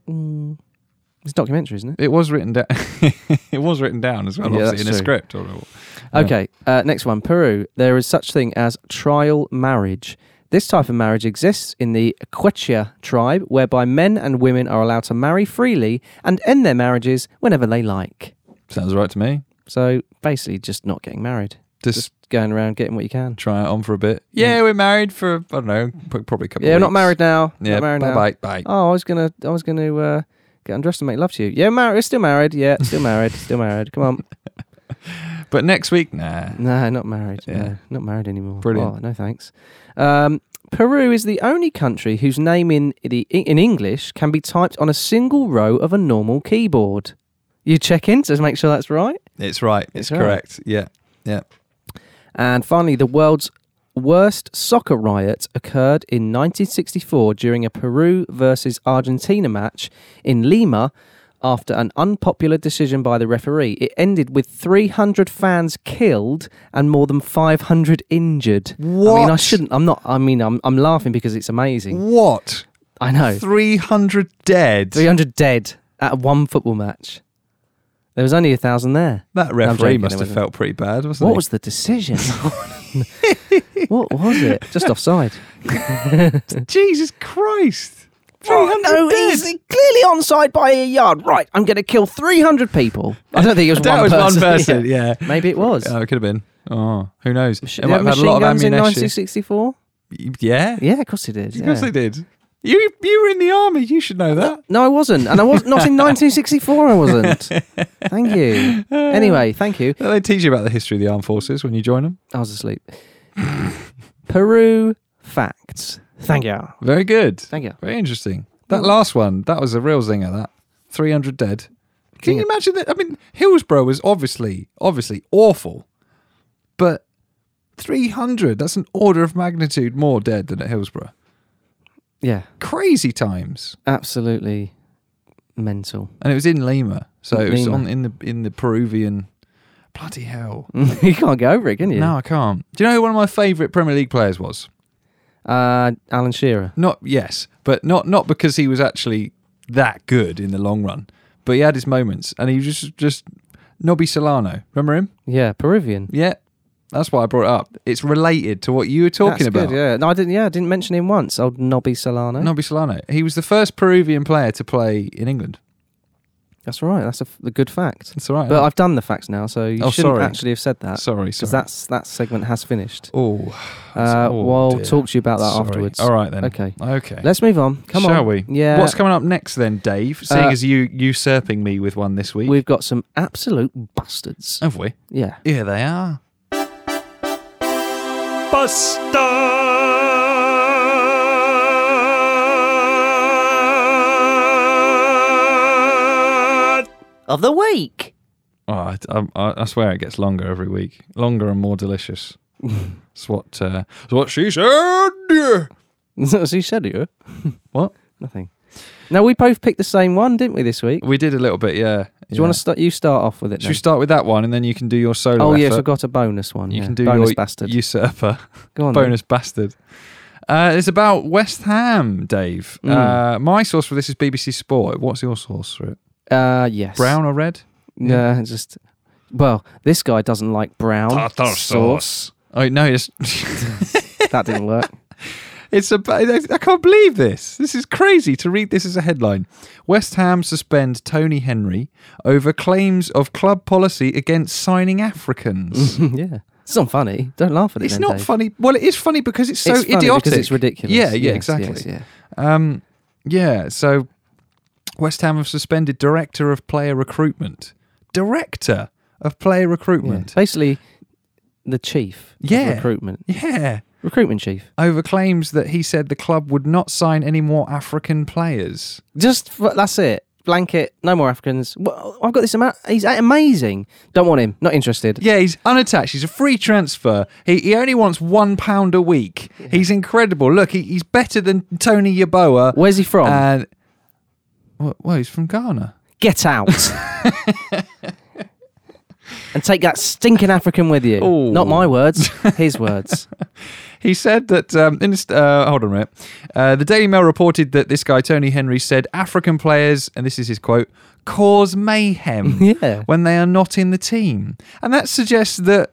Speaker 3: Mm. It's a documentary, isn't it?
Speaker 2: It was written down. it was written down as well,
Speaker 3: Yeah,
Speaker 2: obviously, in
Speaker 3: that's
Speaker 2: a
Speaker 3: true.
Speaker 2: script. Or, Yeah.
Speaker 3: Okay, uh, next one. Peru. There is such thing as trial marriage. This type of marriage exists in the Quechua tribe, whereby men and women are allowed to marry freely and end their marriages whenever they like.
Speaker 2: sounds right to me.
Speaker 3: So basically, just not getting married,
Speaker 2: Just,
Speaker 3: just going around getting what you can.
Speaker 2: try it on for a bit. Yeah, we're married for I don't know, pro- probably a couple.
Speaker 3: Yeah,
Speaker 2: of
Speaker 3: we're not
Speaker 2: weeks.
Speaker 3: married now.
Speaker 2: Yeah,
Speaker 3: not married
Speaker 2: bye
Speaker 3: now.
Speaker 2: bye bye.
Speaker 3: Oh, I was gonna, I was gonna uh, get undressed and make love to you. Yeah, married. We're still married. Yeah, still married. Still married. Come on.
Speaker 2: But next week, nah.
Speaker 3: No, not married.
Speaker 2: Yeah.
Speaker 3: No, not married anymore.
Speaker 2: Brilliant.
Speaker 3: Oh, no thanks. Um, Peru is the only country whose name in the in English can be typed on a single row of a normal keyboard. You check in to make sure that's right.
Speaker 2: It's right. It's,
Speaker 3: It's all right.
Speaker 2: correct. Yeah, yeah.
Speaker 3: And finally, the world's worst soccer riot occurred in 1964 during a Peru versus Argentina match in Lima after an unpopular decision by the referee. It ended with 300 fans killed and more than 500 injured. I mean, I
Speaker 2: What?
Speaker 3: shouldn't. I'm not. I mean, I'm, I'm laughing because it's amazing.
Speaker 2: What?
Speaker 3: I know.
Speaker 2: Three hundred dead.
Speaker 3: 300 dead at one football match. There was only a thousand there.
Speaker 2: That
Speaker 3: No, I'm
Speaker 2: referee
Speaker 3: joking,
Speaker 2: must
Speaker 3: it
Speaker 2: have
Speaker 3: wasn't.
Speaker 2: felt pretty bad, wasn't
Speaker 3: What
Speaker 2: he?
Speaker 3: was the decision? what was it? Just offside.
Speaker 2: Jesus Christ!
Speaker 3: Oh, no, he's clearly onside by a yard. Right, I'm going to kill 300 people. I don't think it was,
Speaker 2: That
Speaker 3: one,
Speaker 2: was
Speaker 3: person.
Speaker 2: one person. Yeah.
Speaker 3: Maybe it was.
Speaker 2: Oh, it could have been. Oh, who knows?
Speaker 3: Sh-
Speaker 2: It
Speaker 3: they
Speaker 2: might
Speaker 3: had
Speaker 2: have had a lot
Speaker 3: machine
Speaker 2: of
Speaker 3: guns in
Speaker 2: ammunition.
Speaker 3: 1964?
Speaker 2: Yeah.
Speaker 3: Yeah, of course it did.
Speaker 2: Of
Speaker 3: yeah.
Speaker 2: course they did. You you were in the army. You should know that.
Speaker 3: No, I wasn't. And I was not in 1964, I wasn't. Thank you. Anyway, thank you.
Speaker 2: They teach you about the history of the armed forces when you join them.
Speaker 3: I was asleep. Peru facts. Thank you.
Speaker 2: Very good.
Speaker 3: Thank you.
Speaker 2: Very interesting. That last one, that was a real zinger. That three hundred dead. Can you
Speaker 3: Zinger.
Speaker 2: imagine that? I mean, Hillsborough was obviously obviously awful, but three hundred—that's an order of magnitude more dead than at Hillsborough.
Speaker 3: Yeah,
Speaker 2: Crazy times.
Speaker 3: absolutely mental.
Speaker 2: and it was in Lima, so it was
Speaker 3: Lima.
Speaker 2: on in the in the Peruvian. Bloody hell!
Speaker 3: you can't get over it, can you?
Speaker 2: No, I can't. Do you know who one of my favourite Premier League players was?
Speaker 3: Uh, Alan Shearer.
Speaker 2: Not yes, but not not because he was actually that good in the long run, but he had his moments, and he was just just Nobby Solano. Remember him?
Speaker 3: Yeah, Peruvian.
Speaker 2: Yeah, that's why I brought it up. It's related to what you were talking
Speaker 3: That's
Speaker 2: about.
Speaker 3: Good, yeah, no, I didn't. Yeah, I didn't mention him once. Old Nobby Solano.
Speaker 2: Nobby Solano. He was the first Peruvian player to play in England.
Speaker 3: That's right. That's a, f- a good fact.
Speaker 2: That's all right.
Speaker 3: But I've done the facts now, so you
Speaker 2: Oh,
Speaker 3: shouldn't
Speaker 2: sorry.
Speaker 3: actually have said that
Speaker 2: sorry,
Speaker 3: because
Speaker 2: sorry.
Speaker 3: that's that segment has finished.
Speaker 2: oh,
Speaker 3: Uh,
Speaker 2: oh,
Speaker 3: well,
Speaker 2: dear.
Speaker 3: will talk to you about that
Speaker 2: Sorry.
Speaker 3: afterwards.
Speaker 2: All right then.
Speaker 3: Okay.
Speaker 2: Okay.
Speaker 3: Let's move on. Come on.
Speaker 2: Shall we?
Speaker 3: Yeah.
Speaker 2: What's coming up next then, Dave? Seeing
Speaker 3: Uh,
Speaker 2: as you usurping me with one this week.
Speaker 3: We've got some absolute bastards.
Speaker 2: have we?
Speaker 3: Yeah.
Speaker 2: Here they are.
Speaker 4: Of the week.
Speaker 2: Oh, I, I- I- I swear it gets longer every week. Longer and more delicious. That's what, uh, that's what she said.
Speaker 3: so you said it. yeah?
Speaker 2: What?
Speaker 3: Nothing. Now we both picked the same one, didn't we? This week. Do
Speaker 2: We did a little bit, yeah.
Speaker 3: you want to start? You start off with it.
Speaker 2: Should
Speaker 3: then.
Speaker 2: we start with that one and then you can do your solo?
Speaker 3: Oh yes,
Speaker 2: effort?
Speaker 3: I've got a bonus one.
Speaker 2: You
Speaker 3: yeah.
Speaker 2: can do
Speaker 3: bonus
Speaker 2: your
Speaker 3: bastard.
Speaker 2: usurper.
Speaker 3: Go on. then.
Speaker 2: bonus bastard. Uh, it's about West Ham, Dave.
Speaker 3: Mm.
Speaker 2: Uh, my source for this is BBC Sport. What's your source for it?
Speaker 3: Uh, yes.
Speaker 2: Brown or red?
Speaker 3: No, just. Well, this guy doesn't like brown
Speaker 5: Tartar sauce.
Speaker 2: Oh no, it's
Speaker 3: that didn't work.
Speaker 2: it's a. I I can't believe this. This is crazy to read. This as a headline: West Ham suspend Tony Henry over claims of club policy against signing Africans.
Speaker 3: yeah, it's not funny. Don't laugh at it.
Speaker 2: it's
Speaker 3: Mm. then,
Speaker 2: not
Speaker 3: Dave.
Speaker 2: funny. Well, it is funny because it's so
Speaker 3: it's funny
Speaker 2: idiotic.
Speaker 3: because it's ridiculous.
Speaker 2: Yeah, yeah,
Speaker 3: Yes,
Speaker 2: exactly.
Speaker 3: yes, yeah.
Speaker 2: Um, yeah. So West Ham have suspended director of player recruitment director of player recruitment.
Speaker 3: Basically, the chief. of
Speaker 2: Yeah.
Speaker 3: recruitment.
Speaker 2: yeah.
Speaker 3: Recruitment chief.
Speaker 2: over claims that he said the club would not sign any more African players.
Speaker 3: Just f- that's it. Blanket. No more Africans. Well, I've got this amount. He's a- amazing. Don't want him. Not interested.
Speaker 2: Yeah, he's unattached. He's a free transfer. He, he only wants one pound a week. He's incredible. Look, he, he's better than Tony Yaboa.
Speaker 3: Where's he from?
Speaker 2: And well, well, he's from Ghana.
Speaker 3: Get out. and take that stinking African with you.
Speaker 2: Ooh.
Speaker 3: Not my words. His words.
Speaker 2: He said that. Um, in, uh, hold on a minute. Uh, the Daily Mail reported that this guy Tony Henry said African players, and this is his quote, cause mayhem
Speaker 3: Yeah.
Speaker 2: when they are not in the team, and that suggests that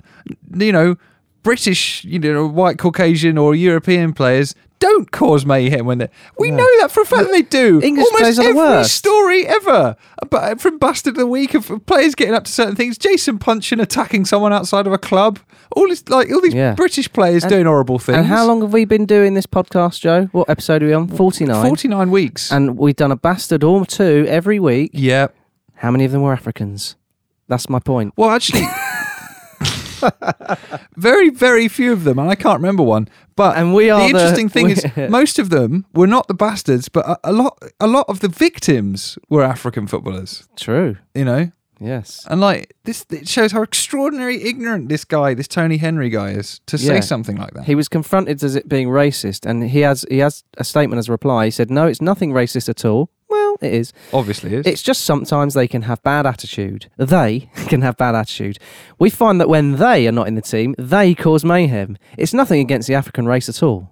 Speaker 2: you know British, you know, white Caucasian or European players. Don't cause mayhem when they. We know that for a fact they do.
Speaker 3: English
Speaker 2: Almost
Speaker 3: players are the
Speaker 2: every
Speaker 3: worst.
Speaker 2: story ever, but uh, from Bastard of the Week of players getting up to certain things. Jason punching, attacking someone outside of a club. All this, like all these
Speaker 3: Yeah.
Speaker 2: British players
Speaker 3: And-
Speaker 2: doing horrible things.
Speaker 3: And how long have we been doing this podcast, Joe? What episode are we on? 49.
Speaker 2: 49 weeks.
Speaker 3: And we've done a bastard or two every week.
Speaker 2: yeah.
Speaker 3: How many of them were Africans? That's my point.
Speaker 2: Well, actually, very, very few of them, and I can't remember one. But
Speaker 3: And we are
Speaker 2: the
Speaker 3: the-
Speaker 2: interesting thing is
Speaker 3: we-
Speaker 2: most of them were not the bastards, but a, a lot, a lot of the victims were African footballers.
Speaker 3: True.
Speaker 2: You know,
Speaker 3: Yes.
Speaker 2: and like this, it shows how extraordinarily ignorant this guy, this Tony Henry guy, is to say
Speaker 3: Yeah.
Speaker 2: something like that.
Speaker 3: He was confronted as it being racist, and he has he has a statement as a reply. He said, "No, it's nothing racist at all." Well, it is.
Speaker 2: Obviously, is.
Speaker 3: It's just sometimes they can have bad attitude. They can have bad attitude. We find that when they are not in the team, they cause mayhem. It's nothing against the African race at all.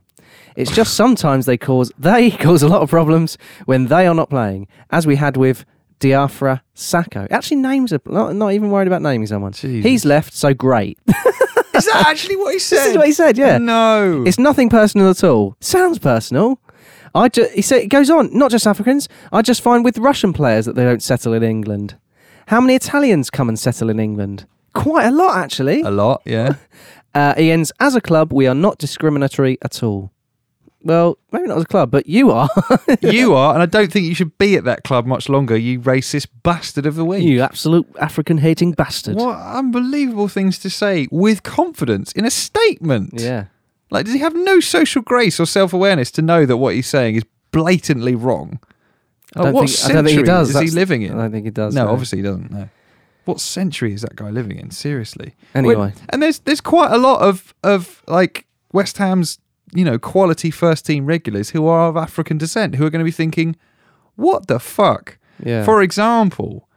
Speaker 3: It's just sometimes they cause they cause a lot of problems when they are not playing, as we had with Diafra Sacco. Actually, names are not, not even worried about naming someone.
Speaker 2: Jesus.
Speaker 3: He's left, so great.
Speaker 2: is that actually what he said?
Speaker 3: this is what he said. Yeah,
Speaker 2: No,
Speaker 3: it's nothing personal at all. Sounds personal. I ju- he said it goes on. Not just Africans. I just find with Russian players that they don't settle in England. How many Italians come and settle in England? Quite a lot, actually.
Speaker 2: a lot. Yeah.
Speaker 3: Uh, he ends as a club. We are not discriminatory at all. Well, maybe not as a club, but you are.
Speaker 2: you are, and I don't think you should be at that club much longer, you racist bastard of the week.
Speaker 3: you absolute African-hating bastard.
Speaker 2: What unbelievable things to say with confidence in a statement.
Speaker 3: Yeah.
Speaker 2: Like, does he have no social grace or self awareness to know that what he's saying is blatantly wrong?
Speaker 3: I
Speaker 2: Like,
Speaker 3: don't
Speaker 2: what
Speaker 3: think- I
Speaker 2: century
Speaker 3: don't think he does.
Speaker 2: is
Speaker 3: That's-
Speaker 2: he living in?
Speaker 3: I don't think he does,
Speaker 2: No,
Speaker 3: no.
Speaker 2: obviously he doesn't. No. What century is that guy living in? Seriously.
Speaker 3: Anyway.
Speaker 2: When- and there's there's quite a lot of of like West Ham's you know quality first team regulars who are of African descent who are going to be thinking, what the fuck?
Speaker 3: Yeah.
Speaker 2: For example,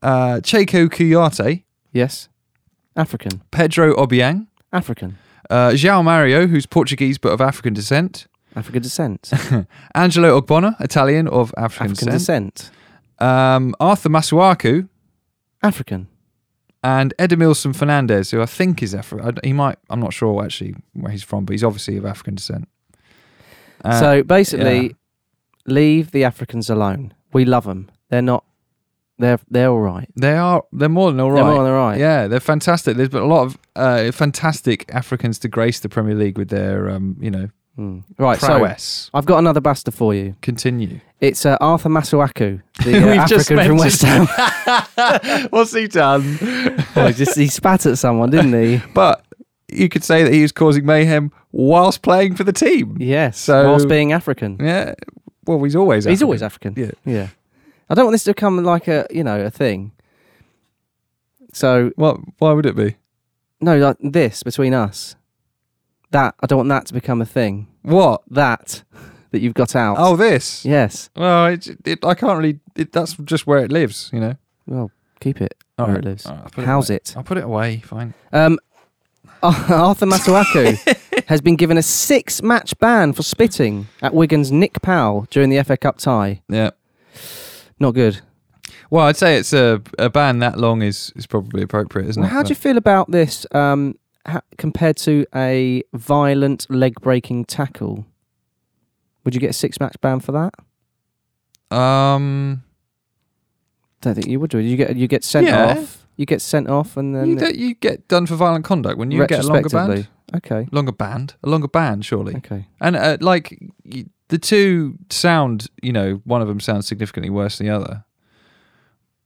Speaker 2: uh, Cheko Kuyate,
Speaker 3: Yes. African.
Speaker 2: Pedro Obiang,
Speaker 3: African.
Speaker 2: uh, João Mario, who's Portuguese but of African descent,
Speaker 3: African descent.
Speaker 2: Angelo Ogbonna, Italian of African,
Speaker 3: African
Speaker 2: descent,
Speaker 3: descent.
Speaker 2: um, Arthur Masuaku,
Speaker 3: African.
Speaker 2: and Edemilson Fernandez, who I think is African. He might, I'm not sure actually where he's from, but he's obviously of African descent. Uh,
Speaker 3: so basically,
Speaker 2: yeah.
Speaker 3: leave the Africans alone. We love them. They're not. They're they're all right.
Speaker 2: They are. They're more than all
Speaker 3: They're
Speaker 2: right.
Speaker 3: more than all right.
Speaker 2: Yeah, they're fantastic. There's been a lot of uh, fantastic Africans to grace the Premier League with their, um, you know,
Speaker 3: Mm. Right.
Speaker 2: prowess.
Speaker 3: So I've got another bastard for you.
Speaker 2: Continue.
Speaker 3: It's uh, Arthur Masuaku, the uh,
Speaker 2: We've
Speaker 3: African
Speaker 2: just
Speaker 3: from West Ham.
Speaker 2: mentioned- What's he done?
Speaker 3: Oh, he just he spat at someone, didn't he?
Speaker 2: But you could say that he was causing mayhem whilst playing for the team.
Speaker 3: Yes.
Speaker 2: So-
Speaker 3: whilst being African,
Speaker 2: Yeah. Well, he's always
Speaker 3: he's always African.
Speaker 2: Yeah.
Speaker 3: Yeah. I don't want this to become like a you know a thing. So
Speaker 2: Well, why would it be?
Speaker 3: no, like this between us. That I don't want that to become a thing.
Speaker 2: What?
Speaker 3: That that you've got out.
Speaker 2: Oh, this.
Speaker 3: yes.
Speaker 2: Well, it, it, I can't really. It, that's just where it lives, you know.
Speaker 3: Well, keep it
Speaker 2: All
Speaker 3: where
Speaker 2: right,
Speaker 3: Oh, it lives.
Speaker 2: all right, I'll put it
Speaker 3: How's it?
Speaker 2: I'll put it away. Fine.
Speaker 3: Um, Arthur Masuaku has been given a six-match ban for spitting at Wigan's Nick Powell during the FA Cup tie.
Speaker 2: Yeah.
Speaker 3: Not good.
Speaker 2: Well, I'd say it's a a ban that long is is probably appropriate, isn't
Speaker 3: Well,
Speaker 2: it?
Speaker 3: how do you feel about this um, ha- compared to a violent leg-breaking tackle? Would you get a six-match ban for that?
Speaker 2: you? Um,
Speaker 3: Don't think you would. Do you? you get you get sent
Speaker 2: Yeah.
Speaker 3: off? You get sent off, and then
Speaker 2: you, don't- you get done for violent conduct when you get a longer
Speaker 3: retrospectively.
Speaker 2: ban.
Speaker 3: Okay.
Speaker 2: Longer band, a longer band, surely.
Speaker 3: Okay.
Speaker 2: And uh, like y- the two sound, you know, one of them sounds significantly worse than the other.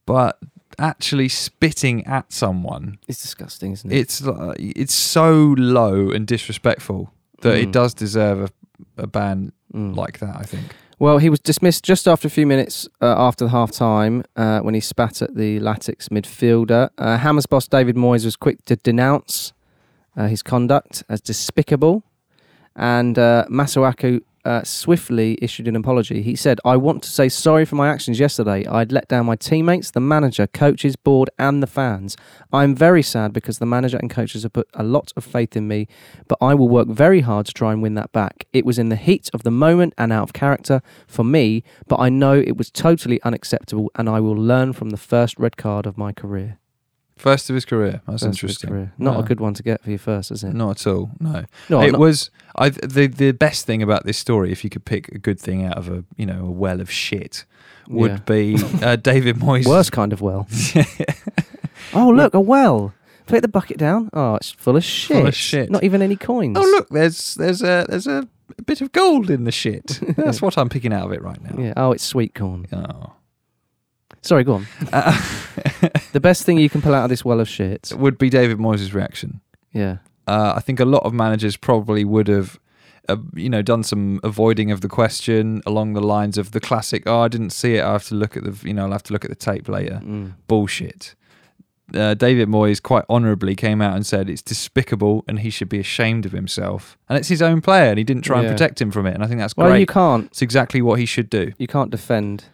Speaker 2: But actually spitting at someone.
Speaker 3: It's disgusting, isn't it?
Speaker 2: It's like, it's so low and disrespectful that
Speaker 3: Mm.
Speaker 2: it does deserve a, a ban like that. I think.
Speaker 3: Well, he was dismissed just after a few minutes uh, after the half time uh, when he spat at the Latics midfielder. Uh, Hammers boss David Moyes was quick to denounce uh, his conduct as despicable, and uh, Masuaku uh, swiftly issued an apology. He said, I want to say sorry for my actions yesterday. I'd let down my teammates, the manager, coaches, board, and the fans. I'm very sad because the manager and coaches have put a lot of faith in me, but I will work very hard to try and win that back. It was in the heat of the moment and out of character for me, but I know it was totally unacceptable and I will learn from the first red card of my career.
Speaker 2: First of his career. That's
Speaker 3: First of his
Speaker 2: interesting.
Speaker 3: career. Not
Speaker 2: Yeah.
Speaker 3: a good one to get for your first, is it?
Speaker 2: Not at all. No.
Speaker 3: No,
Speaker 2: it
Speaker 3: I'm not-
Speaker 2: was I the the best thing about this story, if you could pick a good thing out of a you know a well of shit, would
Speaker 3: Yeah.
Speaker 2: be uh, David Moyes.
Speaker 3: Worst kind of well. oh, look, a well. Take the bucket down. Oh, it's full of shit.
Speaker 2: Full of shit.
Speaker 3: Not even any coins.
Speaker 2: Oh look, there's there's a there's a bit of gold in the shit. That's what I'm picking out of it right now.
Speaker 3: Yeah. Oh, it's sweet corn.
Speaker 2: Oh.
Speaker 3: Sorry, go on. the best thing you can pull out of this well of shit.
Speaker 2: Would be David Moyes' reaction.
Speaker 3: Yeah.
Speaker 2: Uh, I think a lot of managers probably would have, uh, you know, done some avoiding of the question along the lines of the classic. Oh, I didn't see it. I have to look at the, you know, I'll have to look at the tape later.
Speaker 3: Mm.
Speaker 2: Bullshit. Uh, David Moyes quite honourably came out and said it's despicable and he should be ashamed of himself. And it's his own player, and he didn't try
Speaker 3: Yeah.
Speaker 2: and protect him from it. And I think that's
Speaker 3: Well,
Speaker 2: great.
Speaker 3: you can't.
Speaker 2: it's exactly what he should do.
Speaker 3: You can't defend.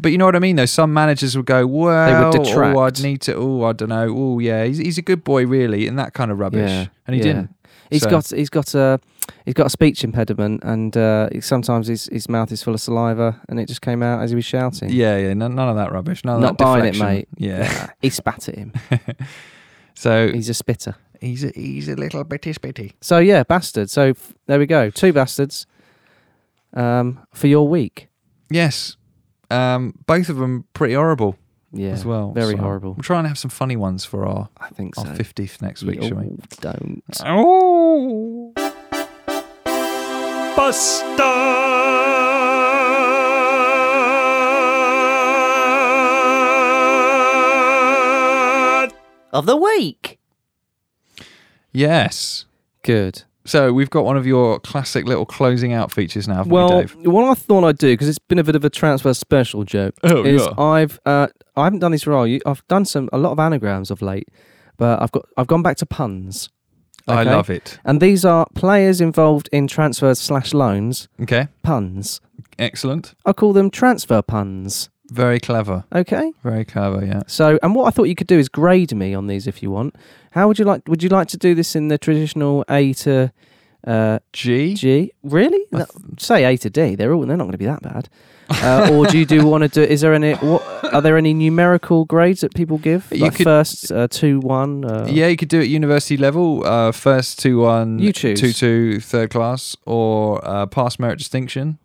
Speaker 2: But you know what I mean, though. Some managers would go, "Well,
Speaker 3: detract.
Speaker 2: oh, I'd need to. Oh, I don't know. Oh, yeah, he's, he's a good boy, really," and that kind of rubbish.
Speaker 3: Yeah.
Speaker 2: And he
Speaker 3: Yeah.
Speaker 2: didn't.
Speaker 3: He's
Speaker 2: So-
Speaker 3: got he's got a he's got a speech impediment, and uh, it- sometimes his his mouth is full of saliva, and it just came out as he was shouting.
Speaker 2: Yeah, yeah, no, none of that rubbish. None of
Speaker 3: Not
Speaker 2: that
Speaker 3: buying it,
Speaker 2: deflection.
Speaker 3: mate.
Speaker 2: Yeah.
Speaker 3: He spat at him.
Speaker 2: So
Speaker 3: He's a spitter.
Speaker 2: he's a, he's a little bitty spitty.
Speaker 3: So yeah, bastard. So f- there we go. Two bastards. Um, for your week.
Speaker 2: Yes. Um, both of them pretty horrible
Speaker 3: Yeah.
Speaker 2: as well.
Speaker 3: Very
Speaker 2: so
Speaker 3: horrible.
Speaker 2: We're trying to have some funny ones for our
Speaker 3: I think so.
Speaker 2: our fifteenth next week, shall we?
Speaker 3: You Don't.
Speaker 2: Oh.
Speaker 4: Of the week.
Speaker 2: Yes.
Speaker 3: Good.
Speaker 2: So we've got one of your classic little closing out features now, haven't we,
Speaker 3: Well,
Speaker 2: Dave?
Speaker 3: what I thought I'd do because it's been a bit of a transfer special joke.
Speaker 2: Oh,
Speaker 3: is
Speaker 2: yeah.
Speaker 3: I've uh, I haven't done this for a while. You- I've done some a lot of anagrams of late, but I've got I've gone back to puns.
Speaker 2: I
Speaker 3: okay?
Speaker 2: love it.
Speaker 3: And these are players involved in transfers slash loans
Speaker 2: Okay.
Speaker 3: puns.
Speaker 2: Excellent.
Speaker 3: I call them transfer puns.
Speaker 2: Very clever.
Speaker 3: Okay.
Speaker 2: Very clever, yeah.
Speaker 3: So, and what I thought you could do is grade me on these if you want. How would you like? Would you like to do this in the traditional A to uh,
Speaker 2: G.
Speaker 3: G? Really? No, say A to D. They're all. They're not going to be that bad. Uh, or do you do want to do? Is there any? What are there any numerical grades that people give?
Speaker 2: You
Speaker 3: Like
Speaker 2: could-
Speaker 3: first uh, two one. Uh,
Speaker 2: Yeah, you could do it at university level, uh, first two one,
Speaker 3: You choose.
Speaker 2: two two, third class, or uh, past merit distinction,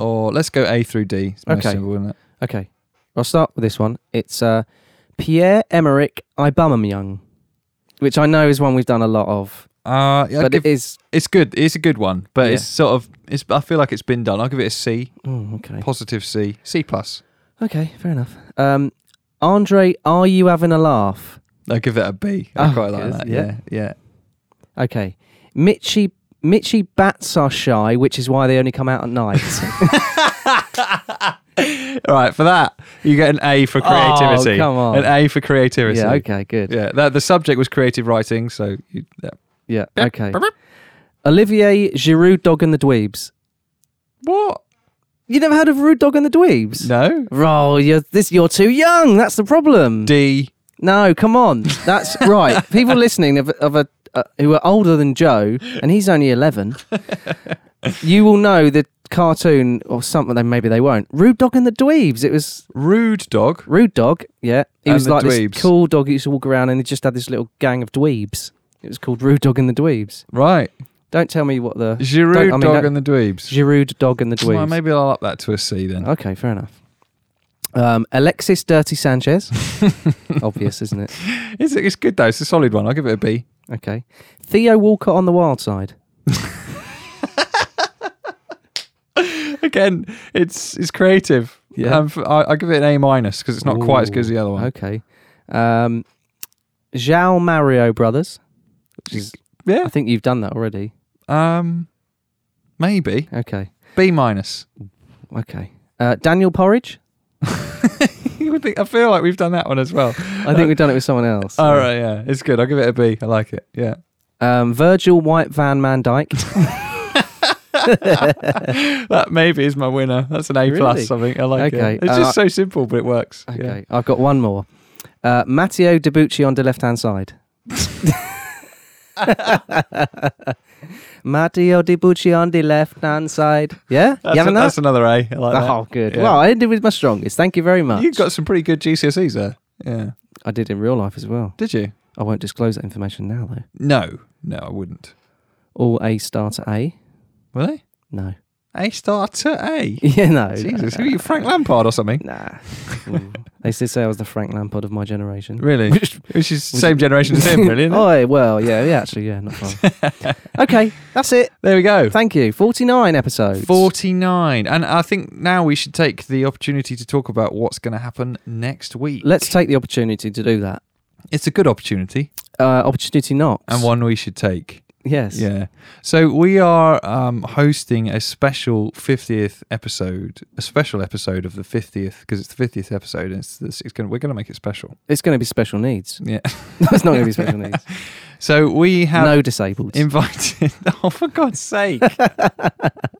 Speaker 2: or let's go A through D. It's most
Speaker 3: Okay.
Speaker 2: simple, isn't it?
Speaker 3: mm. Okay. I'll start with this one. It's uh, Pierre Emerick Ibamamyang, which I know is one we've done a lot of,
Speaker 2: Uh, yeah, I'd
Speaker 3: but
Speaker 2: give-
Speaker 3: it is.
Speaker 2: it's good. It's a good one, but
Speaker 3: Yeah.
Speaker 2: it's sort of. It's. I feel like it's been done. I'll give it a C,
Speaker 3: Oh, okay.
Speaker 2: positive C, C plus.
Speaker 3: Okay, fair enough. Um, Andre, are you having a laugh?
Speaker 2: I'll give it a B. I
Speaker 3: Oh,
Speaker 2: quite like
Speaker 3: good,
Speaker 2: that.
Speaker 3: yeah.
Speaker 2: Yeah, yeah.
Speaker 3: Okay. Mitchy Mitchy bats are shy, which is why they only come out at night.
Speaker 2: All right, for that you get an A for creativity.
Speaker 3: Oh, come on.
Speaker 2: an A for creativity.
Speaker 3: yeah, okay, good.
Speaker 2: Yeah, that, the subject was creative writing, so you, yeah.
Speaker 3: Yeah, okay. Olivier Giroud Dog and the Dweebs.
Speaker 2: what?
Speaker 3: You never heard of Rude Dog and the Dweebs?
Speaker 2: No.
Speaker 3: Oh, you're this you're too young. That's the problem.
Speaker 2: D.
Speaker 3: no, come on. That's right. People listening of, of a uh, who are older than Joe, and he's only eleven. you will know the cartoon or something. Then maybe they won't. Rude Dog and the Dweebs. It was
Speaker 2: Rude dog.
Speaker 3: Rude dog, yeah. He
Speaker 2: And
Speaker 3: was
Speaker 2: the
Speaker 3: like
Speaker 2: dweebs.
Speaker 3: this cool dog who used to walk around and he just had this little gang of dweebs. It was called Rude Dog and the Dweebs.
Speaker 2: Right.
Speaker 3: Don't tell me what the
Speaker 2: Giroud
Speaker 3: don't- I mean,
Speaker 2: dog
Speaker 3: don't-
Speaker 2: and the dweebs.
Speaker 3: Giroud Dog and the Dweebs.
Speaker 2: Well, maybe I'll up that to a C then.
Speaker 3: Okay, fair enough. Um, Alexis Dirty Sanchez. Obvious, isn't it?
Speaker 2: It's, it's good though. It's a solid one. I'll give it a B.
Speaker 3: Okay. Theo Walker on the wild side.
Speaker 2: Again, it's it's creative.
Speaker 3: Yeah.
Speaker 2: Um, f- I, I give it an A minus because it's not quite as good as the other one.
Speaker 3: Okay. Um, Zhao Mario Brothers. Which is,
Speaker 2: Yeah.
Speaker 3: I think you've done that already.
Speaker 2: Um, maybe
Speaker 3: Okay.
Speaker 2: B minus.
Speaker 3: Okay. Uh, Daniel Porridge.
Speaker 2: You would think- I feel like we've done that one as well.
Speaker 3: I think we've done it with someone else.
Speaker 2: All right, yeah, it's good. I'll give it a B. I like it. Yeah.
Speaker 3: Um, Virgil White Van Man Dyke.
Speaker 2: that maybe is my winner. That's an A
Speaker 3: Really?
Speaker 2: plus. I think I like
Speaker 3: Okay,
Speaker 2: it. It's
Speaker 3: uh,
Speaker 2: just so simple, but it works. Yeah.
Speaker 3: Okay. I've got one more. Uh, Matteo Debucci on the left hand side. Matteo Debucci on the left hand side. Yeah?
Speaker 2: That's,
Speaker 3: you haven't
Speaker 2: a-
Speaker 3: that?
Speaker 2: that's another A. I like that.
Speaker 3: Oh, good.
Speaker 2: Yeah.
Speaker 3: Well, I ended with my strongest. Thank you very much.
Speaker 2: you got some pretty good GCSEs there. Yeah.
Speaker 3: I did in real life as well.
Speaker 2: Did you?
Speaker 3: I won't disclose that information now, though.
Speaker 2: No, no, I wouldn't.
Speaker 3: All A star to A?
Speaker 2: Were they?
Speaker 3: No.
Speaker 2: A star to A.
Speaker 3: Yeah, no.
Speaker 2: Jesus, who are you, Frank Lampard or something?
Speaker 3: Nah. Mm. they did say I was the Frank Lampard of my generation.
Speaker 2: Really? Which is same generation as him, really. Isn't it?
Speaker 3: Oh, well, yeah, yeah, actually, yeah, not far. okay, that's it.
Speaker 2: There we go.
Speaker 3: Thank you. 49 episodes.
Speaker 2: 49. And I think now we should take the opportunity to talk about what's going to happen next week.
Speaker 3: Let's take the opportunity to do that.
Speaker 2: It's a good opportunity
Speaker 3: Uh, opportunity knocks.
Speaker 2: and one we should take.
Speaker 3: Yes.
Speaker 2: Yeah. So we are um, hosting a special 50th episode, a special episode of the 50th, because it's the 50th episode and it's, it's gonna, we're going to make it special.
Speaker 3: It's going to be special needs.
Speaker 2: Yeah.
Speaker 3: No, it's not going to be special needs.
Speaker 2: So we have
Speaker 3: no disabled.
Speaker 2: invited. Oh, for God's sake.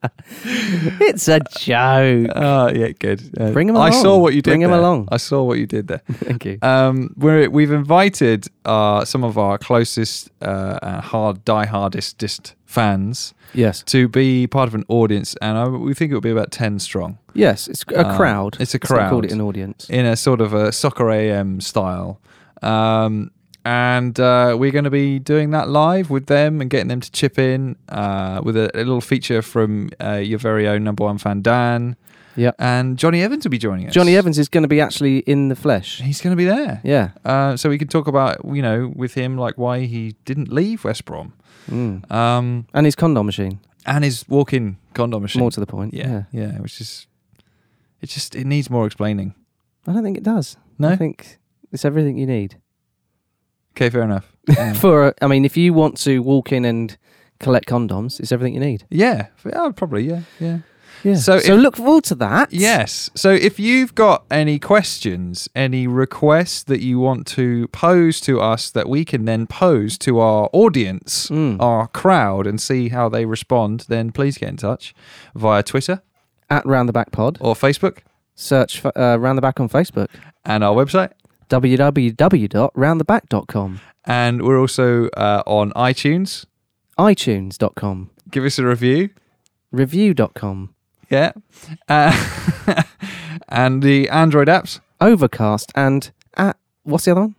Speaker 3: it's a joke.
Speaker 2: Oh, yeah, good. Uh,
Speaker 3: Bring 'em
Speaker 2: I saw
Speaker 3: along.
Speaker 2: what you did
Speaker 3: Bring 'em
Speaker 2: there.
Speaker 3: along.
Speaker 2: I saw what you did there.
Speaker 3: Thank you.
Speaker 2: Um, we're, we've invited uh, some of our closest uh, and hard, diehardest dist fans
Speaker 3: yes.
Speaker 2: to be part of an audience, and I, we think it would be about ten strong
Speaker 3: Yes, it's a
Speaker 2: Um,
Speaker 3: crowd.
Speaker 2: it's a
Speaker 3: So I called
Speaker 2: crowd.
Speaker 3: it an audience.
Speaker 2: in a sort of a soccer AM style. Um, and uh, we're going to be doing that live with them and getting them to chip in uh, with a, a little feature from uh, your very own number one fan Dan
Speaker 3: Yeah.
Speaker 2: and Johnny Evans will be joining us.
Speaker 3: Johnny Evans is going to be actually in the flesh.
Speaker 2: he's going to be there.
Speaker 3: Yeah.
Speaker 2: Uh, so we can talk about you know with him like why he didn't leave West Brom,
Speaker 3: Mm.
Speaker 2: um,
Speaker 3: And his condom machine.
Speaker 2: and his walk-in condom machine.
Speaker 3: More to the point. Yeah.
Speaker 2: yeah, yeah, which is it just it needs more explaining.
Speaker 3: I don't think it does.
Speaker 2: No?
Speaker 3: I think it's everything you need.
Speaker 2: Okay, fair enough. Yeah,
Speaker 3: For, a- I mean, if you want to walk in and collect condoms, it's everything you need.
Speaker 2: yeah, f- oh, probably yeah, yeah.
Speaker 3: Yeah. So,
Speaker 2: So
Speaker 3: so look forward to that.
Speaker 2: Yes. So if you've got any questions, any requests that you want to pose to us that we can then pose to our audience,
Speaker 3: Hmm.
Speaker 2: our crowd, and see how they respond, then please get in touch via Twitter
Speaker 3: At Round the Back Pod.
Speaker 2: or Facebook
Speaker 3: Search for, uh, Round the Back on Facebook.
Speaker 2: and our website.
Speaker 3: www.roundtheback.com.
Speaker 2: And we're also uh, on iTunes.
Speaker 3: iTunes.com.
Speaker 2: Give us a review.
Speaker 3: Review.com.
Speaker 2: Yeah. Uh, and the Android apps.
Speaker 3: Overcast and at, what's the other one?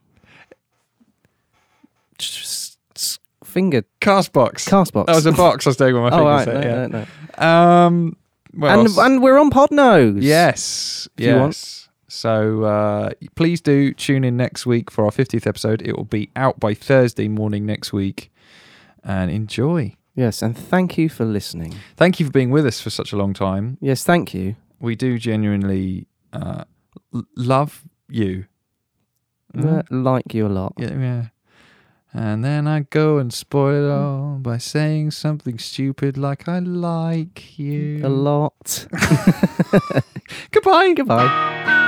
Speaker 3: S- s- Finger
Speaker 2: Castbox.
Speaker 3: Castbox.
Speaker 2: That was a box I was doing with my
Speaker 3: Oh, right.
Speaker 2: fingers.
Speaker 3: No,
Speaker 2: there, yeah.
Speaker 3: no, no.
Speaker 2: Um, what
Speaker 3: And,
Speaker 2: else?
Speaker 3: and we're on Podnose.
Speaker 2: Yes.
Speaker 3: you want.
Speaker 2: yes. So uh, please do tune in next week for our 50th episode. It will be out by Thursday morning next week. And enjoy.
Speaker 3: Yes, and thank you for listening.
Speaker 2: Thank you for being with us for such a long time.
Speaker 3: Yes, thank you.
Speaker 2: We do genuinely uh, l- love you. Mm-hmm.
Speaker 3: Uh, like you a lot.
Speaker 2: Yeah, yeah. And then I go and spoil it all by saying something stupid like I like you.
Speaker 3: A lot.
Speaker 2: Goodbye.
Speaker 3: Goodbye.